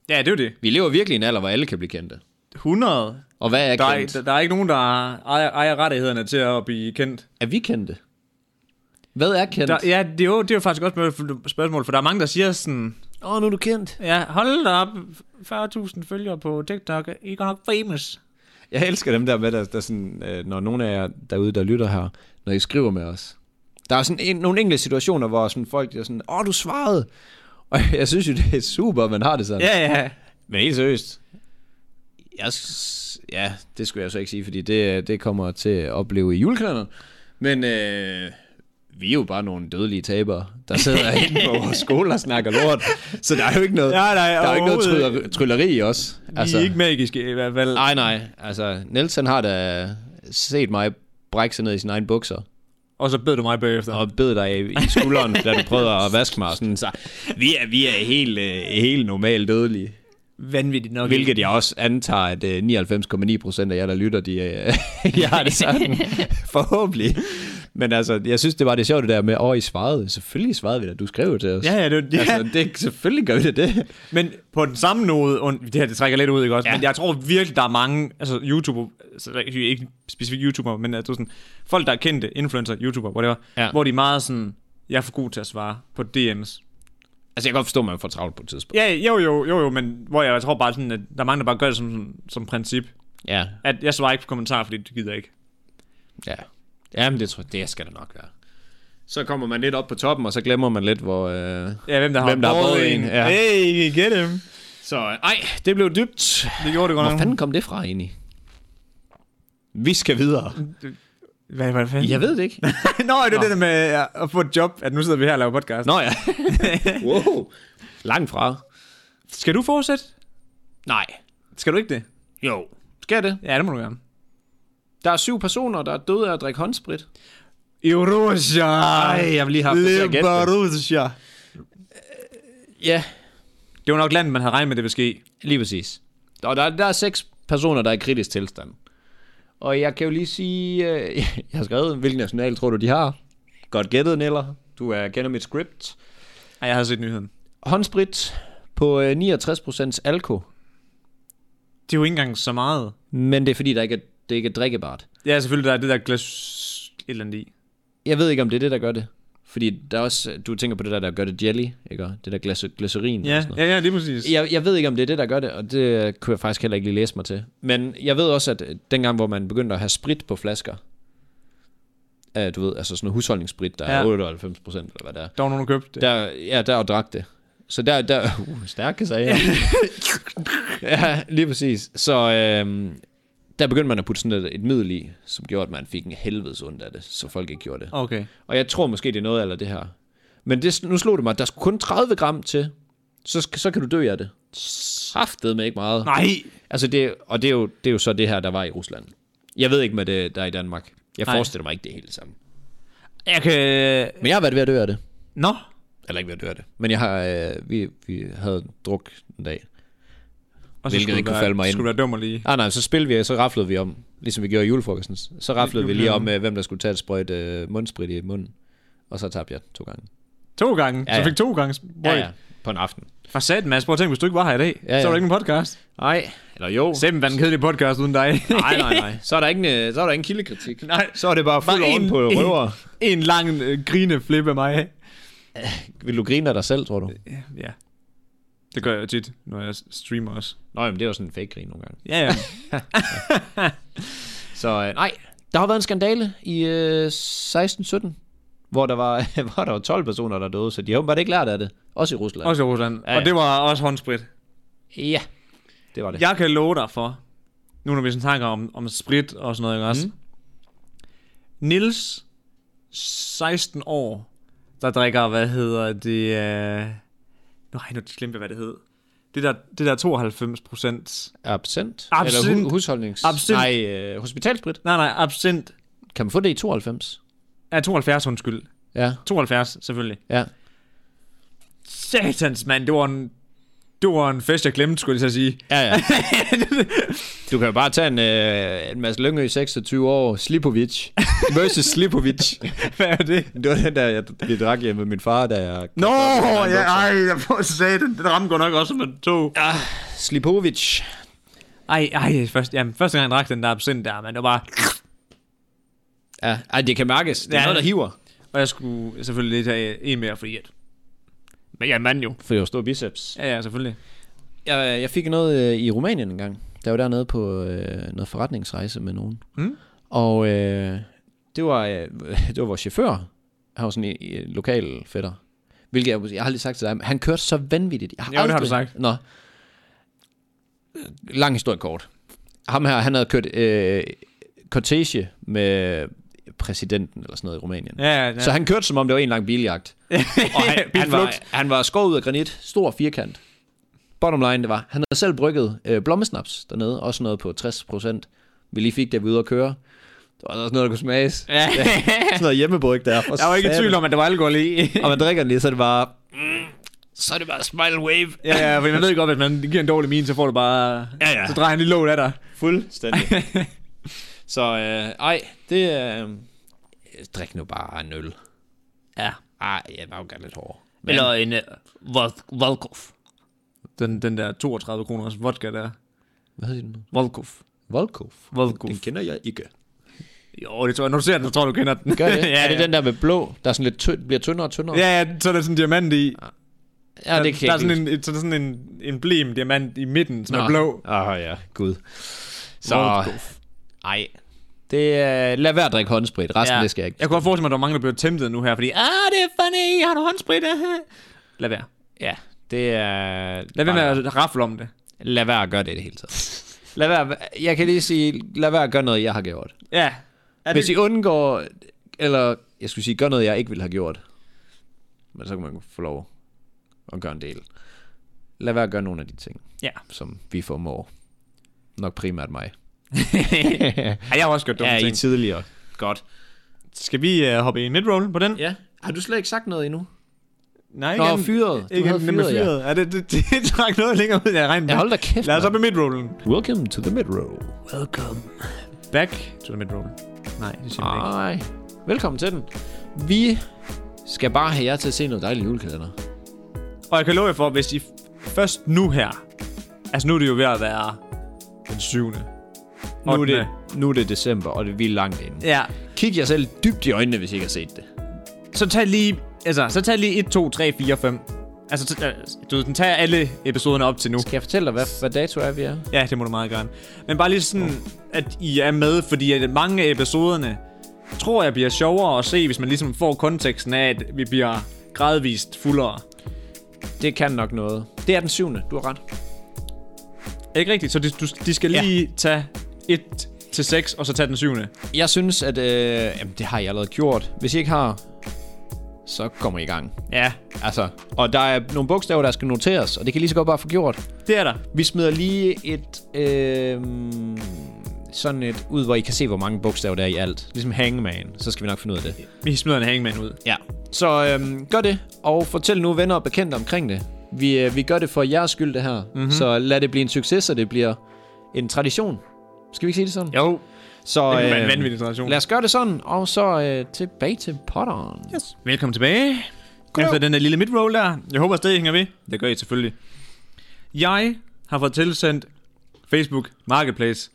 ja, det er jo det.
Vi lever virkelig i en alder, hvor alle kan blive kendte.
100.
Og hvad er
Der
kendt?
er, der er ikke nogen, der ejer, ejer rettighederne til at blive kendt.
Er vi kendte? Hvad er kendt?
Der,
Åh,
ja, det er, jo, det er jo faktisk også et spørgsmål, for der er mange, der siger sådan,
oh, nu er du kendt.
ja, hold da op, 40.000 følgere på TikTok, I er godt nok famous.
Jeg elsker dem der med, der, der sådan, øh, når nogen af jer derude, der lytter her, når I skriver med os. Der er sådan en, nogle enkelte situationer, hvor sådan folk er sådan, åh, du svarede. Og jeg synes jo, det er super, at man har det sådan.
Ja, ja.
Men helt seriøst, jeg, s- ja, det skulle jeg så ikke sige, fordi det, det kommer jeg til at opleve i julekalenderen. Men øh, vi er jo bare nogle dødelige tabere, der sidder inde på vores skole og snakker lort. Så der er jo ikke noget,
Nej, nej,
der er jo ikke noget
overhovedet
trylleri, trylleri i os.
Altså. De er ikke magiske i hvert fald.
Nej, nej. Altså, Nelson har da set mig brække sig ned i sine egne bukser
Og så bed du mig bagefter.
og bed dig i, i skulderen, da du prøvede at vaske mig. og Sådan, så vi er, vi er helt, øh, helt normalt dødelige.
Vanvittigt nok.
Hvilket jeg også antager, at øh, 99,9% af jer, der lytter, de, øh, jeg har det sådan. Forhåbentlig. Men altså, jeg synes, det var det sjovt det der med, åh, I svarede. Selvfølgelig svarede vi da, du skrev til os.
Ja, ja, det, var- ja.
Altså,
Altså.
det, selvfølgelig gør vi da det.
Men på den samme node, und, det her det trækker lidt ud, ikke også? Ja. Men jeg tror virkelig, der er mange, altså YouTuber, altså, der er ikke specifikt YouTuber, men altså, sådan, folk, der er kendte, influencer, YouTuber, whatever,
Ja.
ja. hvor de er meget sådan, jeg er for god til at svare på DM's.
Altså, jeg kan godt forstå, at man får travlt på et tidspunkt.
Ja, jo, jo, jo, jo, men hvor jeg, jeg tror bare sådan, at der er mange, der bare gør det som, som, som princip,
Ja,
at jeg svarer ikke på kommentarer, fordi det gider jeg ikke.
Ja. Jamen, det tror jeg, det skal det nok være. Så kommer man lidt op på toppen, og så glemmer man lidt, hvor... Øh...
Ja, hvem der har
Hvem der har
båret
båret en, ja.
Hey, get him.
Så øh, ej, det blev dybt.
Det gjorde det godt
Hvor
nok.
fanden kom det fra egentlig? Vi skal videre.
Hvad, hvad fanden?
Jeg ved det ikke.
Nå, er det er det der med ja, at få et job, at nu sidder vi her og laver podcast.
Nå ja. wow. Langt fra.
Skal du fortsætte?
Nej.
Skal du ikke det?
Jo. Skal det?
Ja, det må du gerne.
Der er syv personer, der er døde af at drikke håndsprit.
Eurussia!
Ej, jeg vil lige have haft det til at gætte det.
Liberussia!
Ja,
Det var nok landet, man havde regnet med, det ville ske.
lige præcis. Og der, der er seks personer, der er i kritisk tilstand. Og jeg kan jo lige sige, øh, jeg har skrevet, hvilken national tror du, de har? Godt gættet, Neller. Du er kender mit script.
Ej, jeg havde set nyheden.
Håndsprit på øh, 69% alkohol,
Det er jo ikke engang så meget.
men det er fordi, der ikke er, det ikke er drikkebart.
Ja, selvfølgelig, der er det der glas et eller andet i.
Jeg ved ikke, om det er det, der gør det. Fordi der er også, du tænker på det der, der gør det jelly, ikke? Og Det der glas, glycerin.
Ja,
og sådan noget.
ja, ja, lige præcis.
Jeg, jeg ved ikke, om det er det, der gør det, og det kunne jeg faktisk heller ikke lige læse mig til. Men jeg ved også, at øh, dengang, hvor man begyndte at have sprit på flasker, øh, du ved, altså sådan noget husholdningssprit, der ja.
Ja.
er 98 procent, eller hvad det er,
Der var nogen, der købte det.
der, ja, der og drak det. Så der, der, uh, stærke sager. ja, lige præcis. Så øhm, der begyndte man at putte sådan et, et middel i, som gjorde, at man fik en helvedes ondt af det, så folk ikke gjorde det.
Okay.
Og jeg tror måske, det er noget af det her. Men det, nu slog det mig, at der skulle kun 30 gram til, så, sk- så kan du dø af det. Haftet med ikke meget.
Nej!
Altså det, og det er, jo, det er jo så det her, der var i Rusland. Jeg ved ikke, med det, der er i Danmark. Jeg
Nej.
forestiller mig ikke, det er helt det samme.
Jeg kan...
Men jeg har været ved at dø af det.
Nå?
Eller ikke ved at dø af det. Men jeg har, øh, vi, vi havde druk en dag.
Og
Hvilket
skulle
ikke
du
kunne
være-
falde mig ind.
Skulle du være dum og lige.
Nej, nej, så spillede vi, så raflede vi om, ligesom vi gjorde i julefrokosten. Så raflede vi lige om, øh, hvem der skulle tage et sprøjt øh, mundsprit i munden. Og så tabte jeg to gange.
To gange.
Ja,
Så
ja.
fik to gange.
Ja, ja. På en aften.
For sat, Mads, prøv at tænke, hvis du ikke var her i dag,
Ja, ja.
så var der ikke en podcast.
Nej, eller jo.
Sæt, var en kedelig podcast uden dig.
Nej, nej, nej. Så er der ikke en, øh, så er der ikke en kildekritik.
Nej.
Så er det bare fuld
Bare
oven
en-
på
en-
røver.
en lang øh, grineflip af mig.
Vil du grine af dig selv, tror du?
Ja. Det gør jeg jo tit, når jeg streamer også.
Nå, jamen, det er jo sådan en fake grin nogle gange.
Ja, ja.
Så øh, nej, der har været en skandale i øh, 16-17, hvor der, var, hvor der var 12 personer, der døde, så de har åbenbart ikke lært af det. Også i Rusland.
også i Rusland.
Ja, ja.
Ja, ja. Og det var også håndsprit.
Ja, det var det.
Jeg kan love dig for, nu når vi sådan snakker om, om sprit og sådan noget, ikke også? Mm. Nils, 16 år, der drikker, hvad hedder det... Øh... Nu har jeg nu glemt, hvad det hed. Det der, det der 92 procent...
Absent?
Absint.
Eller hu- husholdnings...
Absint.
Nej, øh, hospitalsprit.
Nej, nej, absint.
Kan man få det i 92?
Ja, 72, undskyld.
Ja,
72, selvfølgelig.
ja.
Satans, mand, det var en... Det var en fest, jeg glemte, skulle jeg til at sige.
Ja, ja. Du kan jo bare tage en, øh, en Mads Lyngø, 26 år, Slipovic versus Slipovic.
hvad er det?
Det var den der, jeg, jeg drak hjemme med min far, da jeg...
Nå, ja, ej, jeg får sat den. Den ramte godt nok også med to. Ja.
Slipovic.
Ej, ej, først, jamen, første gang jeg drak den der absint der, men det var bare...
Ja, ej, det kan mærkes. Det er ja.
Ja.
noget, der hiver.
Og jeg skulle selvfølgelig lige tage en mere, fordi at... Men jeg er en mand jo.
For det var stor biceps.
Ja, ja, selvfølgelig.
Jeg, jeg fik noget øh, i Rumænien engang, der var dernede på øh, noget forretningsrejse med nogen.
Mm.
Og øh, det, var, øh, det var vores chauffør. Han var sådan en, en lokal fætter. Hvilket jeg, jeg har aldrig sagt til dig, men han kørte så vanvittigt. Jeg har
Jo, det har
aldrig,
du sagt.
Nå. Lang historie kort. Ham her, han havde kørt øh, cortege med præsidenten eller sådan noget i Rumænien.
Ja, ja, ja.
Så han kørte, som om det var en lang biljagt. Og han, han, var,
Bilflugt.
han var skåret ud af granit, stor firkant. Bottom line, det var, han havde selv brygget øh, blommesnaps dernede, også noget på 60 procent. Vi lige fik det, vi ude at køre. Det var altså også noget, der kunne smages.
ja.
Sådan noget hjemmebryg der. For
Jeg var ikke i
satan.
tvivl om, at der var alkohol i.
Og man drikker den lige, så er det bare...
Mm, Så er det bare smile wave.
ja, ja, fordi man ved godt, at man giver en dårlig min, så får du bare...
Ja, ja.
Så drejer han lige låget af dig.
Fuldstændig. så øh, ej, det... Øh,
Drik nu bare en øl.
Ja.
Ej, jeg var jo gerne lidt hård. Men, øh,
Eller en uh, Volkov. Den, den der 32 kroners vodka der.
hvad hedder det nu?
Volkov.
Volkov.
Volkov.
den kender jeg ikke.
Jo, det tror jeg. Når du ser den, så tror jeg, du kender den.
Gør det?
ja, ja.
Er det den der med blå, der er sådan lidt tynd, bliver tyndere og tyndere?
Ja, ja, så er der sådan en diamant i.
ja det kan
der,
jeg
er sådan
ikke.
en, et- så er der sådan en emblem diamant i midten, som Nå. er
Nå.
blå.
Ah ja, gud.
Så, ej. Det, øh, lad være at drikke håndsprit. Resten, ja. det skal jeg ikke.
Jeg kunne godt forestille mig, at der var mange, der blev temptet nu her, fordi, ah, det er funny, har du håndsprit? Aha." Lad være.
Ja, det er...
Lad være med at rafle om det.
lad være at gøre det i det hele taget. Lad være, jeg kan lige sige, lad være at gøre noget, jeg har gjort.
Ja. Er
Hvis
det,
I undgår, eller jeg skulle sige, gør noget, jeg ikke ville have gjort. Men så kan man få lov at gøre en del. Lad være at gøre nogle af de ting,
ja.
som vi formår. Nok primært mig.
Ej, jeg har også gjort dumme ja, ting.
tidligere. Godt.
Skal vi uh, hoppe i midroll på den?
Ja, har du slet ikke sagt noget endnu?
Nej,
Nå,
den-
fyret. Du
Ikke
havde
den med
fyret, ja.
fyret. Ja. Er det, det, det trak noget længere ud, end jeg regnede
Ja,
med.
hold da kæft,
Lad os op
mand.
i midrollen.
Welcome to the mid-roll. Welcome.
Back to the midroll. Nej, det siger man ikke.
Nej, velkommen til den. Vi skal bare have jer til at se noget dejligt julekalender. Ah.
Og jeg kan love jer for, hvis I f- først nu her... Altså, nu er det jo ved at være den syvende.
Nu er, det,
Ottende.
nu er det december, og det er vildt langt inde.
Ja.
Kig jer selv dybt i øjnene, hvis I ikke har set det.
Så tag lige... Altså, så tag lige 1, 2, 3, 4, 5. Altså, t- øh, du ved, den tager alle episoderne op til nu.
Skal jeg fortælle dig, hvad, hvad dato er vi er?
Ja, det må du meget gerne. Men bare lige sådan, at I er med, fordi at mange af episoderne, tror jeg bliver sjovere at se, hvis man ligesom får konteksten af, at vi bliver gradvist fuldere.
Det kan nok noget. Det er den syvende, du har ret.
Er ikke rigtigt? Så de, du, de skal
Ja.
lige tage 1 til 6, og så tage den syvende.
Jeg synes, at øh, jamen, det har jeg allerede gjort. Hvis I ikke har, så kommer I i gang.
Ja,
Altså, og der er nogle bogstaver, der skal noteres, og det kan lige så godt bare få gjort.
det er der.
Vi smider lige et, øh, sådan et ud, hvor I kan se, hvor mange bogstaver der er i alt. Ligesom hangman, så skal vi nok finde ud af det.
Vi smider en hangman ud.
Ja. Så øhm, gør det, og fortæl nu venner og bekendte omkring det. Vi, øh, vi gør det for jeres skyld, det her.
Mhm.
Mm-hmm. Så lad det blive en succes, så det bliver en tradition. Skal vi ikke sige det sådan?
Jo, øh,
Så
det er en
øhm,
vanvittig tradition.
lad os gøre det sådan, og så øh, tilbage til potteren. Yes.
Velkommen tilbage. Goddag. Efter den der lille midroll der. Jeg håber stadig, I hænger ved. Det gør I selvfølgelig. Jeg har fået tilsendt Facebook Marketplace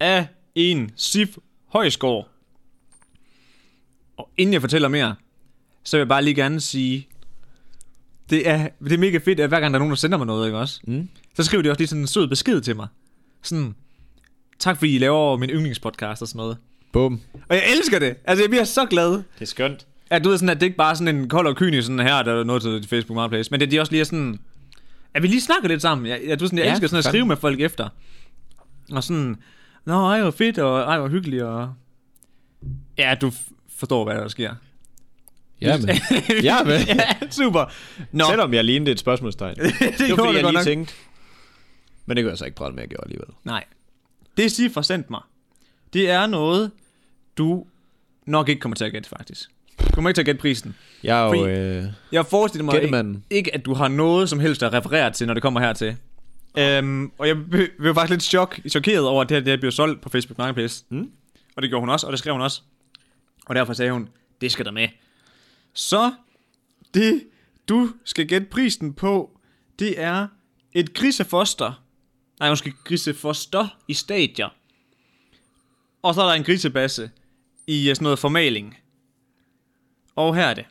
af en Sif Højsgaard. Og inden jeg fortæller mere, så vil jeg bare lige gerne sige, det er, det er mega fedt, at hver gang der er nogen, der sender mig noget, ikke også?
Mm.
Så skriver de også lige sådan en sød besked til mig. Sådan, tak fordi I laver min yndlingspodcast og sådan noget.
Bum.
Og jeg elsker det. Altså, jeg bliver så glad.
Det er skønt.
At du ved sådan, at det ikke bare er sådan en kold og kynisk sådan her, der er noget til Facebook Marketplace, men det de også lige er sådan, at vi lige snakker lidt sammen. Jeg, jeg, du ved sådan, jeg
Ja,
ja, elsker sådan at
fandme.
skrive med folk efter. Og sådan, nå, ej, hvor fedt, og ej, hvor hyggeligt, og... Ja, du f- forstår, hvad der sker.
Jamen. Jamen.
ja, super. Nå,
Selvom jeg lignede et spørgsmålstegn. det
det,
var
gjorde
fordi,
det
jeg lige
godt nok.
tænkte.
Men det gør jeg så ikke prøve med, at gøre alligevel.
Nej. Det Sif har sendt mig, det er noget, du nok ikke kommer til at gætte, faktisk. Du kommer ikke til at gætte prisen.
Jeg er jo...
Fordi-
Øh,
Jeg forestiller mig ikke,
Gættemanden.
ikke, at du har noget som helst at referere til, når det kommer hertil. Øhm, og jeg be- blev faktisk lidt chok, chokeret over, at det her det her blev solgt på Facebook Marketplace. Mm. Og det gjorde hun også, og det skrev hun også. Og derfor sagde hun, det skal der med. Så det, du skal gætte prisen på, det er et grisefoster. Nej, måske grisefoster i stadier. Og så er der en grisebasse i øh, sådan noget formaling. Og her er det.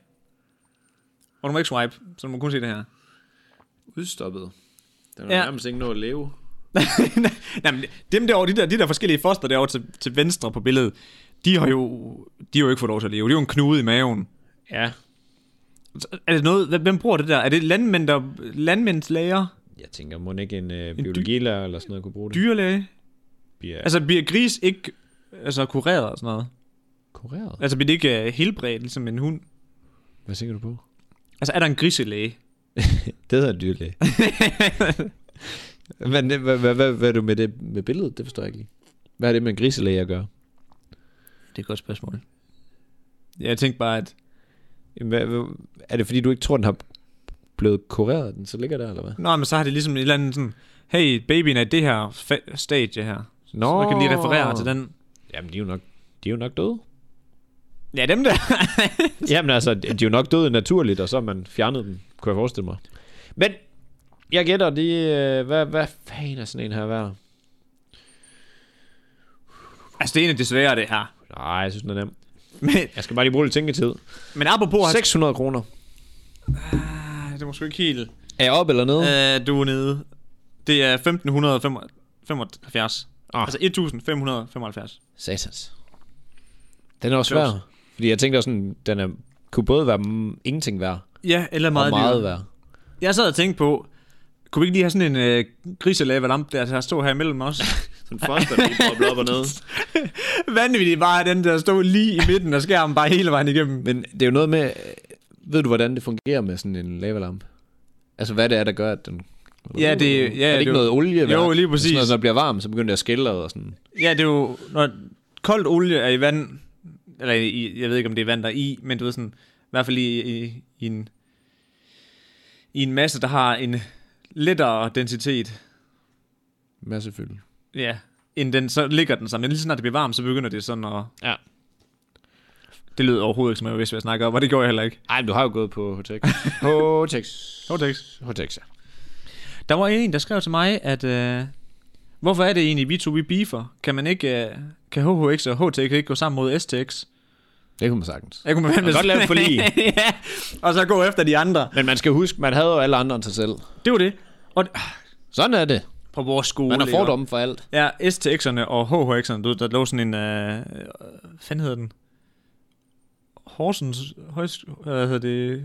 Og du må ikke swipe, så du må kun se det her.
udstoppet. Den
har Ja. nærmest
ikke nået at leve.
Nej, men dem derovre, de der, de der forskellige foster derovre til, til venstre på billedet, de har jo, de har jo ikke fået lov til at leve. De er jo en knude i maven.
Ja.
Er det noget, hvem bruger det der? Er det landmænd, der, landmændslæger?
Jeg tænker, må ikke en, øh, biologilærer eller sådan noget kunne bruge det?
Dyrlæge?
Bliver altså,
Altså, bliver gris ikke altså, kureret og sådan noget?
Kureret?
Altså, bliver det ikke uh, helbredt, ligesom en hund?
Hvad tænker du på?
Altså, er der en griselæge?
Det hedder dyrlæge. Men det- hvad, hvad, hvad, hvad er du med det med billedet? Det forstår jeg ikke lige. Hvad er det med en griselæge at gøre?
Det er et godt spørgsmål. Jeg tænkte bare, at...
Jamen, Hvad, hvad, er det fordi, du ikke tror, den har blevet kureret, den så ligger der, eller hvad?
Nå, men så har det ligesom et eller andet sådan... Hey, babyen er i det her fa- stadie her.
Nå.
Så man kan lige referere til den.
Jamen, de er jo nok, de er jo nok døde.
Ja, dem der.
Jamen altså, de er jo nok døde naturligt, og så har man fjernet dem, kunne jeg forestille mig. Men jeg gætter, de, øh, hvad, hvad fanden er sådan en her værd?
altså, det er en af de svære, det her.
Nej, jeg synes, den er nem.
Men,
Jeg skal bare lige bruge lidt tænketid.
men apropos... altså-
600 kroner.
Ah, Det er måske ikke helt...
Er jeg op eller nede?
Øh, du er nede. Det er 1575. Ah. Altså 1575.
Satans. Den er også
Det er
svær. Fordi jeg tænkte også sådan, den er, kunne både være mm, ingenting værd,
Ja, eller
meget
meget,
og meget
dyrere.
værd.
Jeg sad og tænkte på, kunne vi ikke lige have sådan en øh, griselave lamp, der, der stod her imellem os?
sådan en foster, der lige bobler op og ned.
Vanvittigt bare den, der stod lige i midten af skærmen, bare hele vejen igennem.
Men det er jo noget med, øh, ved du hvordan det fungerer med sådan en lavalamp? Altså hvad det er, der gør, at den...
Ja, det- ja,
er det ikke
det-
noget olie?
Jo,
værd?
lige præcis.
Sådan noget, når det bliver varmt, så begynder det at skille og sådan.
Ja, det er jo, når koldt olie er i vand, eller i, jeg ved ikke, om det er vand, der er i, men du ved sådan, i hvert fald i, i, i en, i en masse, der har en lettere densitet,
Masse fylde.
Ja, inden den, så ligger den sig. Men lige så snart det bliver varmt, så begynder det sådan at...
Ja.
Det lød overhovedet ikke, som jeg vidste, hvad jeg snakkede om, og det gjorde jeg heller ikke.
Ej, men du har jo gået på Hotex. Hotex.
Cortex.
Hotex, ja.
Der var en, der skrev til mig, at... Øh, hvorfor er det egentlig, vi to vi beefer? Kan man ikke... Øh, kan HHX og HTX ikke gå sammen mod STX?
Det kunne man sagtens.
Jeg kunne man
godt lave et forlig.
ja, og så gå efter de andre.
Men man skal huske, man havde jo alle andre end sig selv.
Det var det. Og
Sådan er det.
på vores skole.
Man har
ikke?
fordomme for alt.
Ja, STX'erne og HHX'erne, du, ved, der lå sådan en, øh, øh, hvad fanden hedder den? Horsens Højskole, hvad hedder det?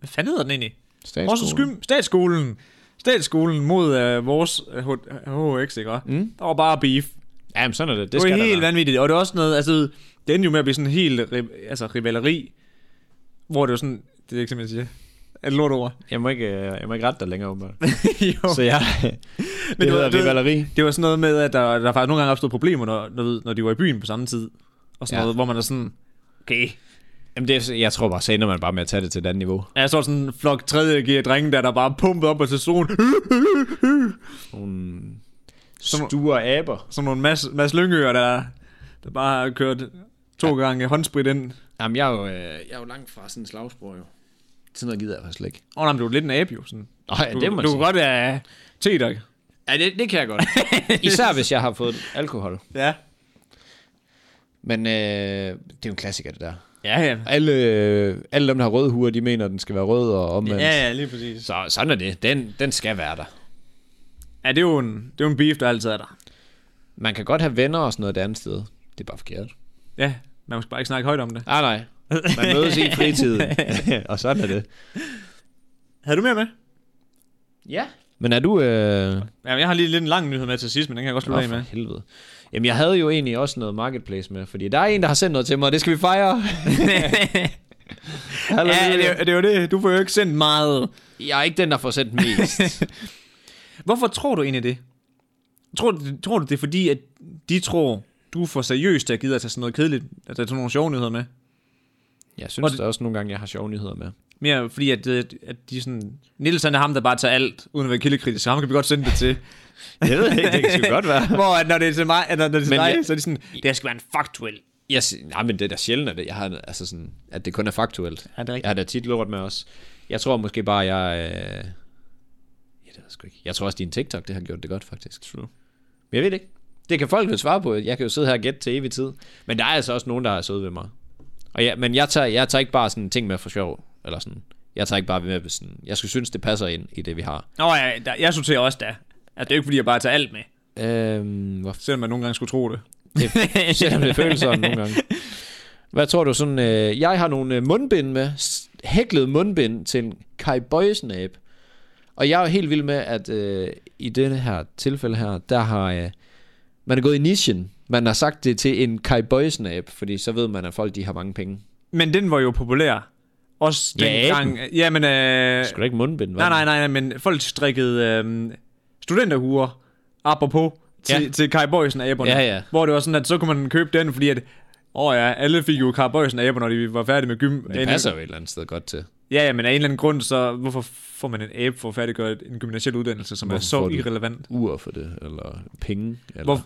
Hvad fanden hedder den egentlig? Horsens Skym, Statsskolen. Statsskolen mod øh, vores øh, H- HHX, ikke? Mm. Der var bare beef. Det,
Jamen, sådan er det. Det
det
skal
var
der
helt
være.
vanvittigt, og det var også noget, altså, det endte jo med at blive sådan en helt, ri- altså, rivaleri, hvor det var sådan, det er ikke som jeg siger, er det lort ord?
Jeg må ikke, øh, jeg må ikke rette dig længere, åbenbart.
jo.
Så jeg... det
du ved,
hedder
du ved-
rivaleri.
Det var sådan noget med, at der, der faktisk nogle gange opstod problemer, når, når, du ved, når de var i byen på samme tid. Og sådan
Ja.
ja. noget, hvor man er sådan, okay.
Jamen, det er, jeg tror bare, så ender man bare med at tage det til et andet niveau.
Ja, så er der sådan en flok 3. G drenge, der, der bare er pumpet op på session.
Sture aber.
Som nogle masse, masse lyngøer, der, der bare har kørt to ja. gange håndsprit ind. Åh,
Jamen, jeg er jo, øh, jeg er jo langt fra sådan en slagsbror, jo.
Sådan noget gider jeg faktisk ikke.
oh, nej, men du er lidt en abe jo. Sådan.
Nej,
Du,
det må
du
du,
kan godt er tedag.
Ja, det, det kan jeg godt.
Især hvis jeg har fået alkohol.
Ja.
Men øh, det er jo en klassiker, det der.
Ja, ja.
Alle, øh, alle dem, der har røde huer, de mener, at den skal være rød og omvendt.
Ja, ja, lige præcis.
Så sådan er det. Den, den skal være der.
Ja, det er jo en, det er jo en beef, der altid er der.
Man kan godt have venner og sådan noget et andet sted. Det er bare forkert.
Ja, man skal bare ikke snakke højt om det.
Ah, nej. Man mødes i fritiden. og sådan er det.
Havde du mere med?
Ja.
Men er du... Øh...
Jamen, jeg har lige lidt en lang nyhed med til sidst, men den kan jeg godt
Nå,
slutte af
for
med.
helvede. Jamen, jeg havde jo egentlig også noget marketplace med, fordi der er en, der har sendt noget til mig, og det skal vi fejre. Halleluja.
Ja, det, er jo- det er jo det. Du får jo ikke sendt meget.
Jeg er ikke den, der får sendt mest.
Hvorfor tror du egentlig det? Tror, du- tror du det er fordi, at de tror, du er for seriøst til at gide at tage sådan noget kedeligt, at tage sådan nogle sjove nyheder med?
jeg
Og
synes
det-
da også nogle gange, jeg har sjove nyheder med.
Mere fordi, at, øh, at de sådan... Niels han er ham, der bare tager alt, uden at være kildekritisk, så ham kan vi godt sende det til.
Jeg ved ikke, det kan sgu godt være.
Hvor at når det er til mig, at når det er til
Men
dig,
jeg-
så er de sådan, det her skal være en faktuel.
Jeg, si- nej, men det er da sjældent, at, det, jeg har, altså sådan, at det kun er faktuelt.
Ja, det er rigtigt.
Jeg har da tit lort med os. Jeg tror måske bare, jeg... Øh... Ja, det ved jeg sgu ikke. Jeg tror også, din TikTok, det har gjort det godt, faktisk. True. Men jeg ved det ikke. Det kan folk jo svare på. Jeg kan jo sidde her og gætte til evig tid. Men der er altså også nogen, der er søde ved mig. Og ja, men jeg tager, jeg tager ikke bare sådan ting med for sjov. Eller sådan. Jeg tager ikke bare ved med sådan. Jeg skal synes, det passer ind i det, vi har.
Nå ja, der, jeg sorterer også da. Altså, det er jo ikke, fordi jeg bare tager alt med.
Øhm, hvor
Selvom man nogle gange skulle tro det.
Det, selvom det føles sådan nogle gange. Hvad tror du sådan... Øh, jeg har nogle øh, mundbind med. s- Hæklet mundbind til en Kai Bøjesnæb. Og jeg er jo helt vild med, at øh, i dette her tilfælde her, der har... Øh, man er gået i nichen. Man har sagt det til en Kai Bøjesnæb, fordi så ved man, at folk de har mange penge.
Men den var jo populær. Også
Ja,
dengang... Ja, jamen... Øh,
Skal du ikke mundbind,
nej, nej, nej, nej, men folk strikkede øh, studenterhuer, apropos, til, ja.
Ja.
til Kai Bøjsen af æberne.
Ja, ja.
Hvor det var sådan, at så kunne man købe den, fordi at... Åh oh ja, alle fik jo Kai Bøjsen af æberne, når de var færdige med gym.
Det passer jo et eller andet sted godt til.
Ja, ja, men af en eller anden grund, så hvorfor får man en abe for at færdiggøre en gymnasiel uddannelse, som hvorfor er
Hvorfor
så
får du-
irrelevant?
Ur for det, eller penge, eller...
Hvor,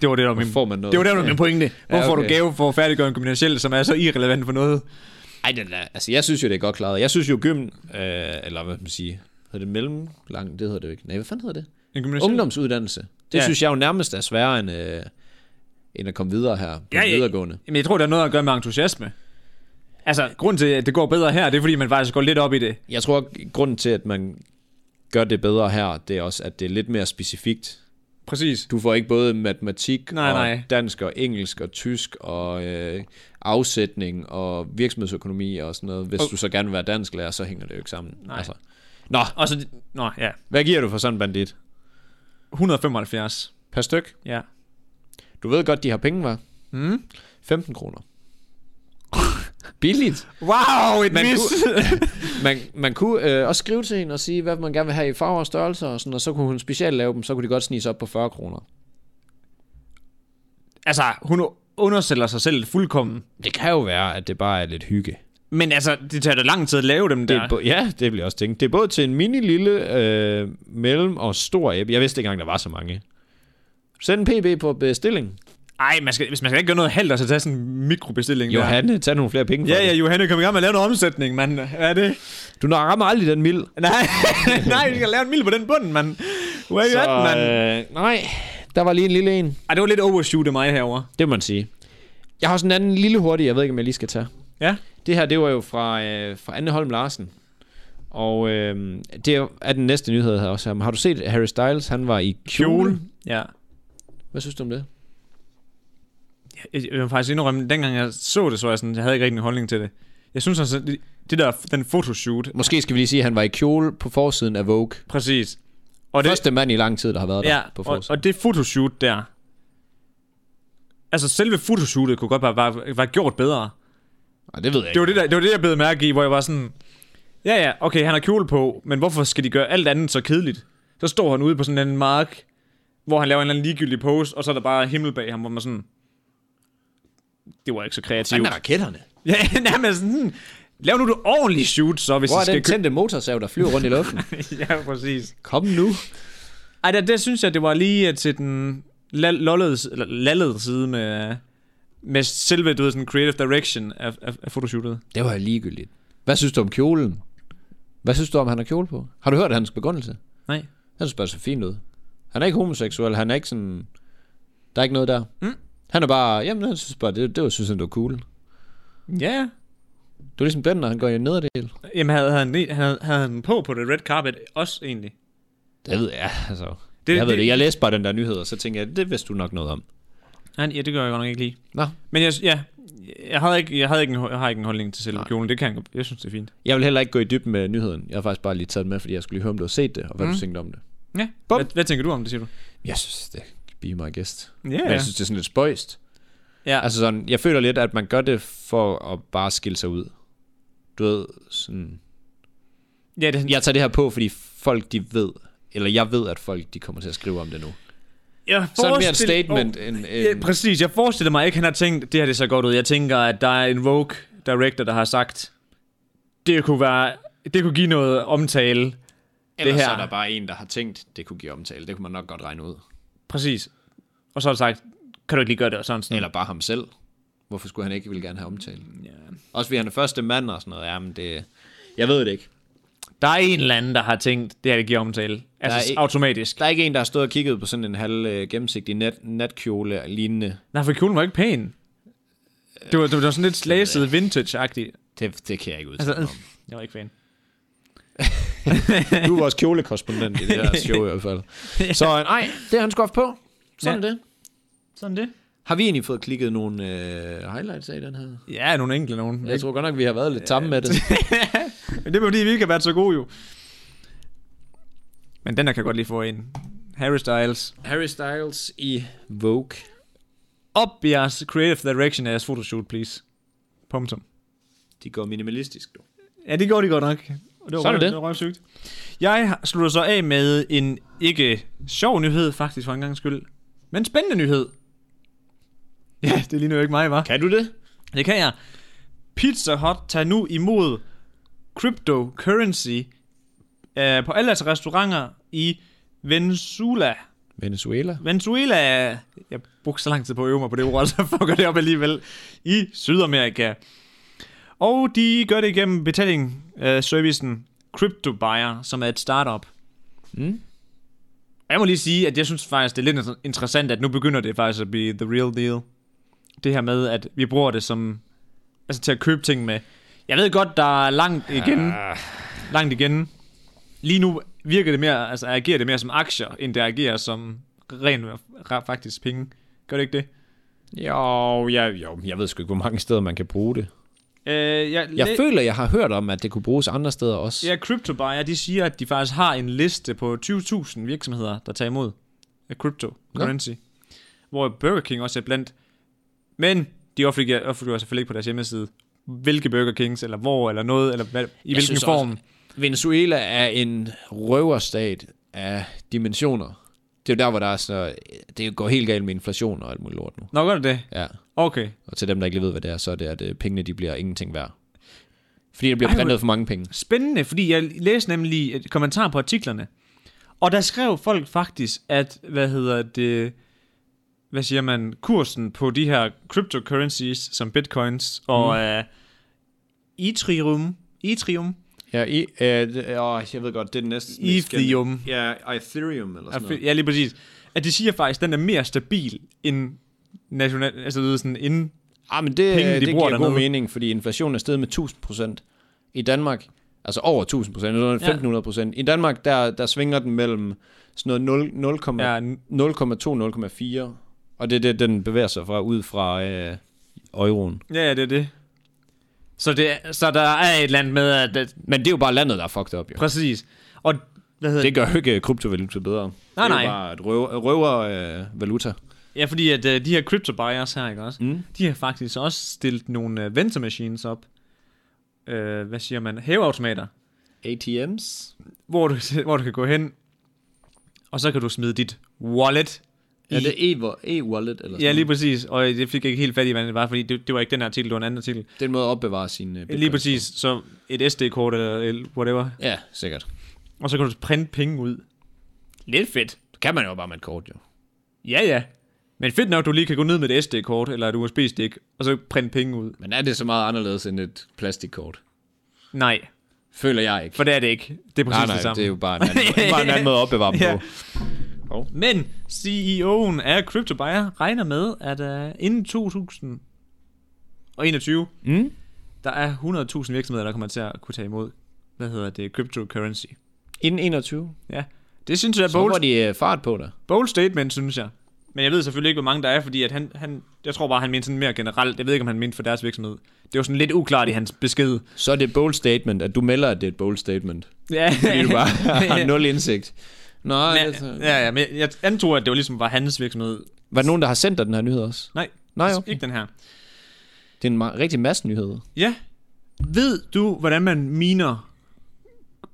det var det, der var min,
får man noget?
det var der, der var min pointe. Hvor får du
okay.
gave for at færdiggøre en gymnasiel, som er så irrelevant for noget?
Ej, den er, altså jeg synes jo, det er godt klaret. Jeg synes jo, gym, øh, eller hvad skal man sige, hedder det mellemlang, det hedder det jo ikke. Nej, hvad fanden hedder det?
En gymnasiel?
Ungdomsuddannelse. Det
Ja.
ja. synes jeg jo nærmest er sværere end, øh, end at komme videre her på ja,
ja.
videregående.
Jamen, jeg tror, det har noget at gøre med entusiasme. Altså, grunden til, at det går bedre her, det er, fordi man faktisk går lidt op i det.
Jeg tror, at grunden til, at man gør det bedre her, det er også, at det er lidt mere specifikt.
Præcis.
Du får ikke både matematik
Nej,
og
nej.
dansk og engelsk og tysk og øh, afsætning og virksomhedsøkonomi og sådan noget. Hvis du så gerne vil være dansk lærer, så hænger det jo ikke sammen. Nej. Altså. Nå,
Og så... Nå, ja.
hvad giver du for sådan en bandit?
175.
Per styk?
Ja.
Du ved godt, de har penge, var?
Mm.
15 kroner. Billigt.
Wow, et
Man
miss!
Man, man kunne øh, også skrive til hende og sige, hvad man gerne vil have i farver og størrelser, og, sådan, og så kunne hun specielt lave dem, så kunne de godt snige sig op på 40 kroner.
altså, hun undersælger sig selv fuldkommen.
Det kan jo være, at det bare er lidt hygge.
Men altså, det tager da lang tid at lave dem
Det
der.
er bo- ja, det bliver også tænkt. Det er både til en mini, lille, øh, mellem og stor æb. Jeg vidste ikke engang, der var så mange. Send en pb på bestilling.
Ej, man skal, hvis man skal ikke gøre noget halvt, så tage sådan en mikrobestilling der.
Johanne, tag nogle flere penge for
Ja, ja,
det.
Johanne, kom i gang med at lave noget omsætning, mand. Hvad er det?
Du når rammer aldrig den mild.
Nej, nej, vi skal lave en mild på den bund, mand. Where you at, mand?
øh, nej, der var lige en lille en.
Ej, det var lidt overshoot af mig herover.
Det må man sige. Jeg har også en anden lille hurtig, jeg ved ikke, om jeg lige skal tage.
Ja.
Det her, det var jo fra, øh, fra Anne Holm Larsen. Og øh, det er jo- er den næste nyhed her også. her. Men Har du set at Harry Styles? Han var i kjole. kjole.
Ja.
Hvad synes du om det?
Jeg, jeg vil faktisk indrømme, dengang jeg så det, så jeg sådan, jeg havde ikke rigtig en holdning til det. Jeg synes altså, det, det der, den fotoshoot,
Måske skal vi lige sige, at han var i kjole på forsiden af Vogue.
præcis. Og
Og det...
det,
Første mand i lang tid, der har været
ja,
der på
og,
forsiden.
og det fotoshoot der, altså selve fotoshootet kunne godt være, var, var gjort bedre.
Og, og det ved jeg
Det var
ikke.
det, der, det var det, jeg blev mærke i, hvor jeg var sådan, ja ja, okay, han har kjole på, men hvorfor skal de gøre alt andet så kedeligt? Så står han ude på sådan en mark, hvor han laver en eller anden ligegyldig pose, og så er der bare himmel bag ham, hvor man sådan, det var ikke så kreativt.
er raketterne.
Ja, nærmest sådan, lav nu det ordentlige shoot, så hvis
Hvor
I
er
skal
den tændte motorsav, der flyver rundt i luften?
købe... ja, præcis.
Kom nu.
Ej, der, der synes jeg, det var lige øh, til den la- lollede, s- eller lallede side med, med selve, du ved, sådan creative direction af, af, af fotoshootet.
Det var ligegyldigt. Hvad synes du om kjolen? Hvad synes du om, han har kjole på? Har du hørt hans begrundelse?
Nej.
Han synes bare så fint ud. Han er ikke homoseksuel, han er ikke sådan... Der er ikke noget der.
Mm.
Han er bare... Jamen, han synes bare, det, det var, synes han, det var cool.
Ja.
Det var ligesom Bender, han går i en nederdel.
Jamen, havde han, det- havde, havde han den på på det red carpet også, egentlig?
Det ved jeg, altså...
Det-
Det, jeg ved
det-
det, det. Jeg læste bare den der nyhed, og så tænkte jeg, det vidste du nok noget om.
Han, ja, det gør jeg godt nok ikke lige.
Nå.
Men jeg, ja, jeg, havde ikke, jeg, havde ikke en, ho- jeg har ikke en holdning til selve kjolen. Det kan jeg, godt- jeg synes, det er fint.
Jeg vil heller ikke gå i dybden med nyheden. Jeg har faktisk bare lige taget den med, fordi jeg skulle lige høre, om du har set det, og hvad mm. du tænkte om det.
Ja.
Bum.
Hvad, hvad, tænker du om det, siger du?
Jeg synes, det kan blive mig gæst.
Ja,
Men
ja.
jeg synes, det er sådan lidt spøjst.
Ja.
Altså sådan, jeg føler lidt, at man gør det for at bare skille sig ud. Du ved, sådan...
ja, det,
jeg tager det her på, fordi folk de ved, eller jeg ved, at folk de kommer til at skrive om det nu.
jeg
Så er det mere et
forestil-
statement end... end
Ja, præcis. Jeg forestiller mig ikke, han har tænkt, det her det ser godt ud. Jeg tænker, at der er en Vogue director, der har sagt, det kunne være, det kunne give noget omtale.
ellers
det her.
så er der bare en, der har tænkt, det kunne give omtale. Det kunne man nok godt regne ud.
Præcis. Og så har han sagt, kan du ikke lige gøre det og sådan sådan.
Eller bare ham selv. Hvorfor skulle han ikke ville gerne have omtale? Ja. Også fordi han er første mand og sådan noget. Jamen, det... Jeg ved det ikke.
Der er en eller anden, der har tænkt, det her det giver omtale.
Der er
Altså
ikke-
automatisk.
Der er ikke en, der har stået og kigget på sådan en halv øh, gennemsigtig nat, natkjole og lignende.
Nej, for kjolen var ikke pæn. Det var, det var sådan lidt slæset vintage-agtigt.
Det, det kan jeg ikke udtale
Altså,
altså,
jeg var ikke fan.
du er vores kjolekorrespondent i det her show i hvert fald. Så øh, nej, det har han skuffet på. Sådan ja. det.
Sådan det.
Har vi egentlig fået klikket nogle øh, highlights af den her?
Ja, nogle enkelte nogen.
Jeg tror godt nok, vi har været lidt tamme med det.
Men det er fordi, vi ikke har været så gode jo. Men den der kan godt lige få en. Harry Styles.
Harry Styles i Vogue.
Up jeres creative direction af jeres photoshoot, please. Punktum.
De går minimalistisk, du.
Ja, det gjorde de godt nok. Og Det var
Sådan er
røv-
det.
Det var røvsygt. Jeg har- slutter så af med en ikke sjov nyhed, faktisk for en gang skyld, men spændende nyhed. Ja, det ligner jo ikke mig, var.
Kan du det?
Det kan jeg. Pizza Hut tager nu imod cryptocurrency øh, på alle deres restauranter i Venezuela.
Venezuela.
Venezuela er... Jeg brugte så lang tid på at øve mig på det ord, så fucker det op alligevel. I Sydamerika. Og de gør det igennem betaling øh, servicen CryptoBuyer, som er et startup.
Mm.
Jeg må lige sige, at jeg synes faktisk, det er lidt interessant, at nu begynder det faktisk at blive the real deal. Det her med, at vi bruger det som... Altså til at købe ting med. Jeg ved godt, der er langt igen.
Ah.
Langt igen. Lige nu virker det mere, altså agerer det mere som aktier, end det agerer som ren ra- faktisk penge. Gør det ikke det?
Jo, jeg, jo, jeg ved sgu ikke, hvor mange steder man kan bruge det.
Øh, jeg,
Jeg føler, jeg har hørt om, at det kunne bruges andre steder også.
Ja, CryptoBuyer, de siger, at de faktisk har en liste på 20.000 virksomheder, der tager imod af cryptocurrency. Ja. Hvor Burger King også er blandt. Men de offentliggør, offentliggør selvfølgelig ikke på deres hjemmeside, hvilke Burger Kings, eller hvor, eller noget, eller hvad, i hvilken
synes
form.
også- Venezuela er en røverstat af dimensioner. Det er jo der, hvor der er så... Det går helt galt med inflation og alt muligt lort nu.
Nå, gør det det?
Ja.
Okay.
Og til dem, der ikke lige ved, hvad det er, så er det, at øh, pengene de bliver ingenting værd. Fordi der bliver
Ej, hvor-
printet for mange penge.
Spændende, fordi jeg læste nemlig et kommentar på artiklerne, og der skrev folk faktisk, at, hvad hedder det, hvad siger man, kursen på de her cryptocurrencies, som bitcoins og mm. uh, Ethereum, Ethereum,
Ja, i, øh, det- åh, jeg ved godt, det er den næste.
Ethereum.
Ja, Ethereum eller sådan
Altså,
noget.
ja, lige præcis. At de siger faktisk, at den er mere stabil end national, altså du ved, sådan inden.
Ah, men det,
Penge, de
det
bruger
giver god
dernede.
mening, fordi inflationen er steget med 1000 procent i Danmark. Altså over 1000 procent, eller 1500 procent. I Danmark, der, der svinger den mellem sådan noget 0, 0,
Ja,
0,2-0,4, og det er det, den bevæger sig fra ud fra øh, euroen.
ja, ja, det er det. Så, det, er- så der er et eller andet med, at, at
Men det er jo bare landet, der er fucked up, jo.
præcis. Og hvad hedder
Det gør jo ikke øh, kryptovaluta bedre.
Nej,
det er
nej.
jo bare et røver, røver øh, valuta.
Ja, fordi at øh, de her crypto buyers her, ikke også?
Mm.
De har faktisk også stillet nogle øh, venture machines op. Øh, hvad siger man? Hæveautomater.
ATMs?
Hvor du, hvor du kan gå hen, og så kan du smide dit wallet.
Ja, det er e- e-wallet eller sådan
Ja, lige præcis. Og øh, det fik jeg ikke helt fat i, hvad det var, fordi det, det var ikke den her artikel, det var en anden artikel.
Det er en måde at opbevare sin øh,
Bitcoin. Lige præcis. Så et SD-kort eller eller whatever.
Ja, sikkert.
Og så kan du printe penge ud. Lidt fedt.
Det kan man jo bare med et kort, jo.
Ja, ja. Men fedt nok, at du lige kan gå ned med et SD-kort eller et USB-stik, og så printe penge ud.
Men er det så meget anderledes end et plastikkort?
Nej,
Føler jeg ikke.
for det er det ikke. Det er præcis
nej, nej,
det samme.
det er jo bare en anden, bare en anden måde at opbevare dem
Ja.
på.
Men CEO'en af CryptoBuyer regner med, at uh, inden 2021,
Mm?
der er 100.000 virksomheder, der kommer til at kunne tage imod, hvad hedder det, cryptocurrency.
Inden 21.
Ja, det synes jeg er
Så får
bold,
de øh, fart på dig.
bold statement, synes jeg. Men jeg ved selvfølgelig ikke, hvor mange der er, fordi at han, han, jeg tror bare, han mente sådan mere generelt. Jeg ved ikke, om han mente for deres virksomhed. Det var sådan lidt uklart i hans besked.
Så er det et bold statement, at du melder, at det er et bold statement.
Ja,
Fordi du bare har nul indsigt. Nå, altså.
men, ja, ja, men jeg, jeg antog, at det var ligesom var hans virksomhed.
Var der nogen, der har sendt dig den her nyhed også?
Nej,
Nej,
altså
okay.
ikke den her.
Det er en ma- rigtig masse nyheder.
Ja. Ved du, hvordan man miner,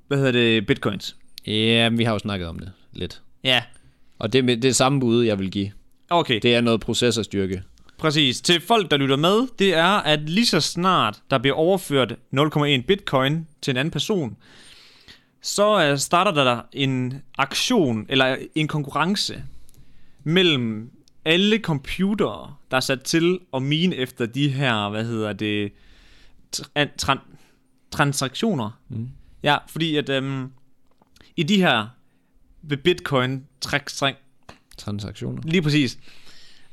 hvad hedder det, bitcoins?
Ja, vi har jo snakket om det lidt.
Ja.
Og det er det er samme bud, jeg vil give.
Okay, det.
Det er noget processorstyrke.
præcis. Til folk, der lytter med, det er, at lige så snart der bliver overført 0,1 bitcoin til en anden person, så øh, starter der en aktion, eller en konkurrence, mellem alle computere, der er sat til at mine efter de her, hvad hedder det, tra- tran- transaktioner. Mm. Ja, fordi at øhm, i de her ved bitcoin trak, trak,
Transaktioner.
Lige præcis.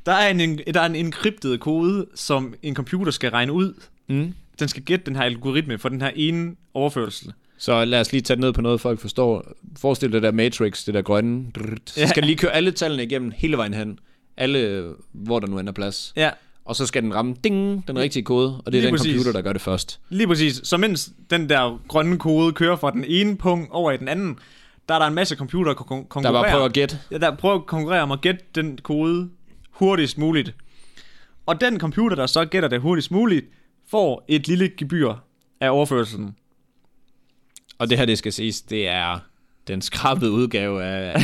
Der er en, en, der er en enkryptet kode, som en computer skal regne ud.
Mm.
Den skal gætte den her algoritme for den her ene overførsel.
Så lad os lige tage det ned på noget, folk forstår. Forestil dig det der Matrix, det der grønne. Drrrt. Så skal den lige køre alle tallene igennem hele vejen hen. Alle, øh, hvor der nu ender plads.
Ja,
Og så skal den ramme ding, den rigtige kode, og det er
Lige
den
præcis.
computer, der gør det først.
lige præcis. Så mens den der grønne kode kører fra den ene punkt over i den anden, der er der en masse computer, der kon-
Der
konkurrerer.
bare prøver at gætte.
Ja, der prøver at konkurrere om at gætte den kode hurtigst muligt. Og den computer, der så gætter det hurtigst muligt, får et lille gebyr af overførselen.
Og det her, det skal ses, det er den skrabede udgave af,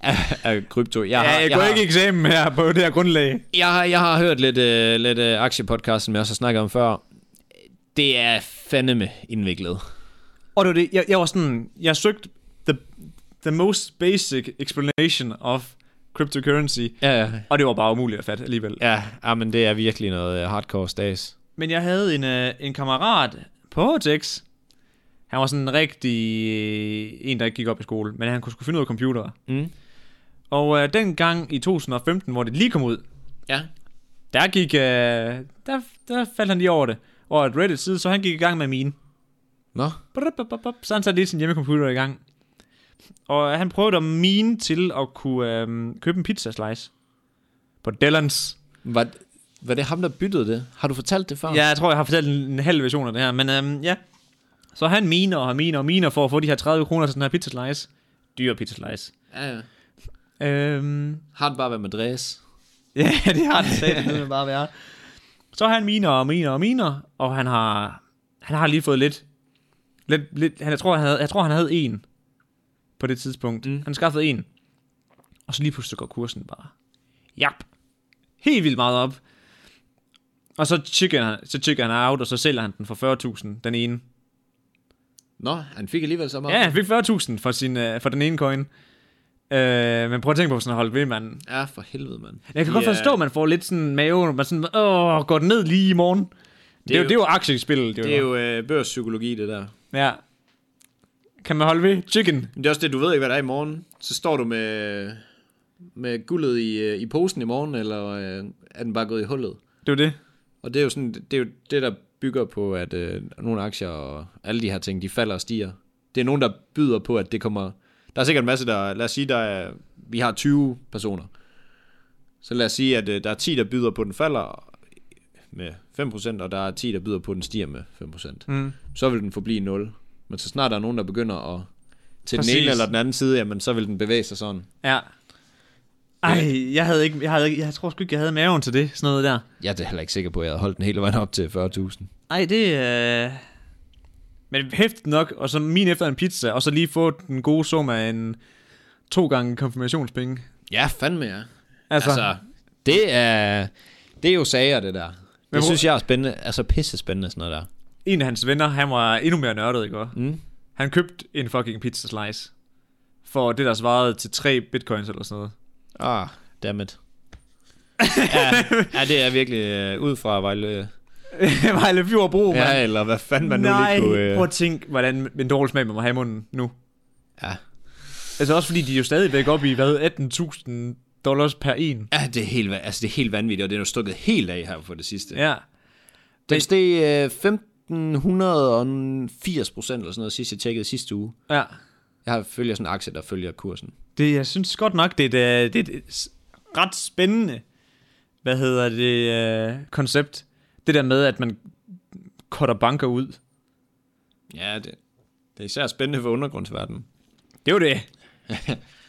af, af krypto. Jeg
Ja, jeg, går
har,
ikke i eksamen her på det her grundlag.
Jeg har, jeg har hørt lidt, øh, lidt øh, aktiepodcasten, som jeg også har snakket om før. Det er fandeme indviklet.
Og det var det, jeg, jeg var sådan, jeg søgte the, the most basic explanation of cryptocurrency,
Ja, ja.
og det var bare umuligt at fatte alligevel.
Ja, ja men det er virkelig noget øh, hardcore stads.
Men jeg havde en, øh, en kammerat på HTX. Han var sådan en rigtig øh, en, der ikke gik op i skole, men han kunne sgu finde ud af computere.
Mm.
Og øh, dengang i 2015, hvor det lige kom ud,
Ja.
der gik, øh, der, der faldt han lige over det. Og et Reddit side, så han gik i gang med mine.
Nå.
Brup, brup, brup, brup. Så han satte lige sin hjemmecomputer i gang. Og han prøvede at mine til at kunne øh, købe en pizza slice. På Dellens.
Var, var det ham, der byttede det? Har du fortalt det før?
Ja, jeg tror, jeg har fortalt en, en halv version af det her, men øhm, ja. Så han miner og miner og miner for at få de her 30 kroner til den her pizza slice. Dyr pizza slice.
ja. ja.
Øhm,
Har det bare været med dræs?
ja, det har det sat bare været. Så han miner og miner og miner, og han har, han har lige fået lidt. lidt, lidt han, jeg, tror, han havde, jeg tror, han havde en på det tidspunkt. Mm. Han skaffede en. Og så lige pludselig går kursen bare. Jap. Helt vildt meget op. Og så tjekker han, så tjekker han out, og så sælger han den for 40.000, den ene.
Nå, han fik alligevel så meget.
Ja, han fik 40.000 for, sin, øh, for den ene coin. Øh, men prøv at tænke på, hvis han har holdt ved, mand.
Ja, for helvede, mand.
Jeg kan yeah. godt forstå, at man får lidt sådan mave, når man sådan, åh, går den ned lige i morgen. Det, er, jo,
jo-
det er jo aktiespil, det,
Det er jo øh, børspsykologi, det der.
Ja. Kan man holde ved? Chicken.
Men det er også det, du ved ikke, hvad der er i morgen. Så står du med, med guldet i, øh, i posen i morgen, eller øh, er den bare gået i hullet?
Det er jo det.
Og det er jo sådan, det er jo det, der bygger på, at øh, nogle aktier og alle de her ting, de falder og stiger. Det er nogen, der byder på, at det kommer... Der er sikkert en masse, der... Lad os sige, der er, vi har 20 personer. Så lad os sige, at øh, der er 10, der byder på, at den falder med 5%, og der er 10, der byder på, at den stiger med 5%.
Mm.
Så vil den forblive 0. Men så snart der er nogen, der begynder at til Præcis.
Præcis.
den ene eller den anden side, jamen, så vil den bevæge sig sådan.
Ja. Ej, jeg havde ikke, jeg, havde, ikke- jeg tror sgu ikke, jeg havde maven til det, sådan noget der.
Jeg er da heller ikke sikker på, at jeg havde holdt den hele vejen op til 40.000.
Ej, det er... Øh... Men hæftigt nok, og så min efter en pizza, og så lige få den gode sum af en to gange konfirmationspenge.
Ja, fandme ja.
Altså,
Altså, det er, det er jo sager, det der.
Men
Det
hvor-
synes jeg er spændende. Altså, pisse spændende, sådan noget der.
en af hans venner, han var endnu mere nørdet, ikke? også?
Mm.
Han købte en fucking pizza slice. For det, der svarede til 3 bitcoins eller sådan noget.
Ah, dammit. ja, ja, det er virkelig øh, ud fra Vejle...
Vejle Fjord Bro, mand.
Ja, eller hvad fanden man
Oh, Nej,
nu lige kunne... Øh...
prøv at tænke, hvordan en dårlig smag man må have i munden nu.
Ja.
Altså også fordi, de er jo stadigvæk op i, hvad, 18.000 dollars per en.
ja, det er, helt, va- altså, det er helt vanvittigt, og det er jo stukket helt af her for det sidste.
Ja.
Den steg øh, 1580 procent eller sådan noget, sidst jeg tjekkede sidste uge.
Ja.
Jeg har følger sådan en aktie, der følger kursen.
Det, jeg synes godt nok, det er et, øh, det er et s- ret spændende, hvad hedder det, øh, koncept. Det der med, at man cutter banker ud.
Ja, det, det er især spændende for undergrundsverdenen.
Det er jo det.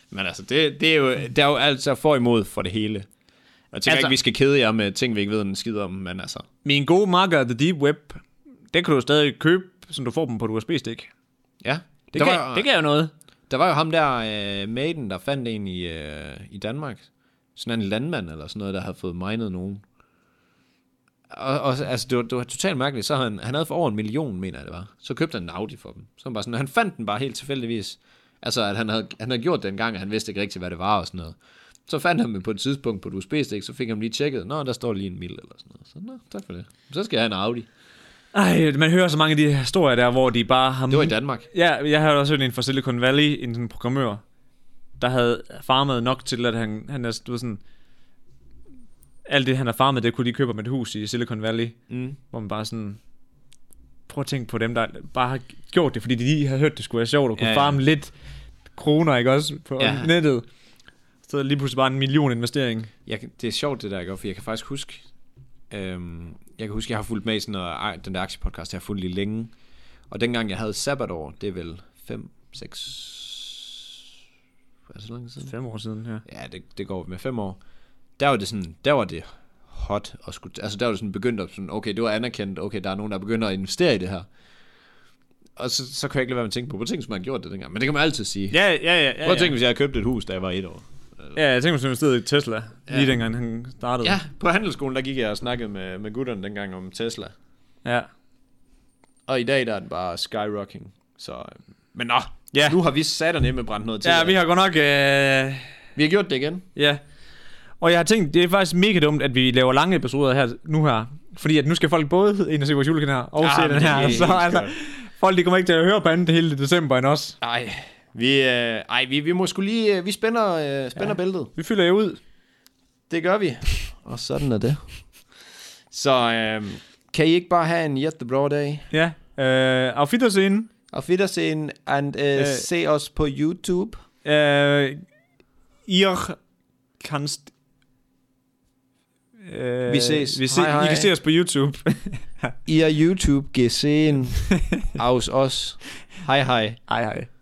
Men altså, det, det er jo, der er jo altså for imod for det hele. Og Jeg tænker altså,
Altså-
ikke, vi skal kede jer med ting, vi ikke ved en skid om, men altså...
Min gode marker, The Deep Web, det kan du stadig købe, som du får dem på et USB-stik.
Ja,
Det,
der,
kan,
var,
det kan jo noget.
der var jo ham der, øh, Maiden, der fandt en i, øh, i Danmark. Sådan en landmand eller sådan noget, der havde fået minet nogen. Og, og altså, det var, det var totalt mærkeligt. Så havde han, han havde for over en million, mener jeg det var. Så købte han en Audi for dem. Så han, bare sådan, han fandt den bare helt tilfældigvis. Altså, at han havde, han havde gjort det en gang, og han vidste ikke rigtig, hvad det var og sådan noget. Så fandt han dem på et tidspunkt på et USB-stik, så fik han dem lige tjekket. Nå, der står lige en mil eller sådan noget. Så nå, tak for det. Så skal jeg have en Audi.
Ej, man hører så mange af de her historier der, hvor de bare har...
Det var i Danmark.
Ja, jeg har også hørt en fra Silicon Valley, en sådan programmør, der havde farmet nok til, at han, han er du ved sådan... Alt det, han har farmet, det kunne de købe med et hus i Silicon Valley.
Mm.
Hvor man bare sådan... prøv at tænke på dem, der bare har gjort det, fordi de lige havde hørt, det skulle være sjovt, og kunne
Ja,
ja,
ja.
ja. farme lidt kroner, ikke også, på
Ja.
ja. nettet. Så er der lige pludselig bare en million investering.
Jeg, kan- det er sjovt det der, ikke? For jeg kan faktisk huske, øhm, jeg kan huske, jeg har fulgt med i sådan noget, ej, den der aktiepodcast, jeg har fulgt i længe. Og dengang jeg havde sabbatår, det er vel 5, 6, er det så lang tid siden?
Fem år siden, ja.
Ja, det, det går med 5 år. Der var det sådan, der var det hot og skulle, altså der var det sådan begyndt at sådan, okay, det var anerkendt, okay, der er nogen, der begynder at investere i det her. Og så, så kan jeg ikke lade være med at tænke på, hvor tænk, som man har gjort det dengang. Men det kan man altid sige.
Ja, ja, ja. ja,
Prøv at
ja.
tænke, hvis jeg havde købt et hus, da jeg var et år.
Ja, jeg tænkte, at man i Tesla, ja. lige dengang han startede.
Ja, på handelsskolen, der gik jeg og snakkede med, med gutterne dengang om Tesla.
Ja.
Og i dag, der er den bare skyrocking. Så, øh, men nå,
Ja.
nu har vi sat med brændt noget til.
ja, vi har godt nok... Øh,
vi har gjort det igen.
ja. Og jeg har tænkt, det er faktisk mega dumt, at vi laver lange episoder her nu her. Fordi at nu skal folk både ind og se vores julekalender og
Ah,
ja, se
men
den
det
her.
er
Så
helt
altså, folk de kommer ikke til at høre på andet hele december end os.
Nej, vi, øh, ej, vi, vi må skulle lige, øh, vi spænder, øh, spænder ja. bæltet.
Vi fylder jo ud.
Det gør vi. og sådan er det. Så øh, kan I ikke bare have en Jet the Broad Day?
Ja. Øh, auf Wiedersehen.
Og fedt at se en, and, øh, øh.
Øh.
se os på YouTube.
Øh, ihr kannst... Øh,
Vi ses.
Vi se,
Hej, hej.
I kan se os på YouTube.
I er YouTube gesehen aus os. Hej hej.
Hej hej.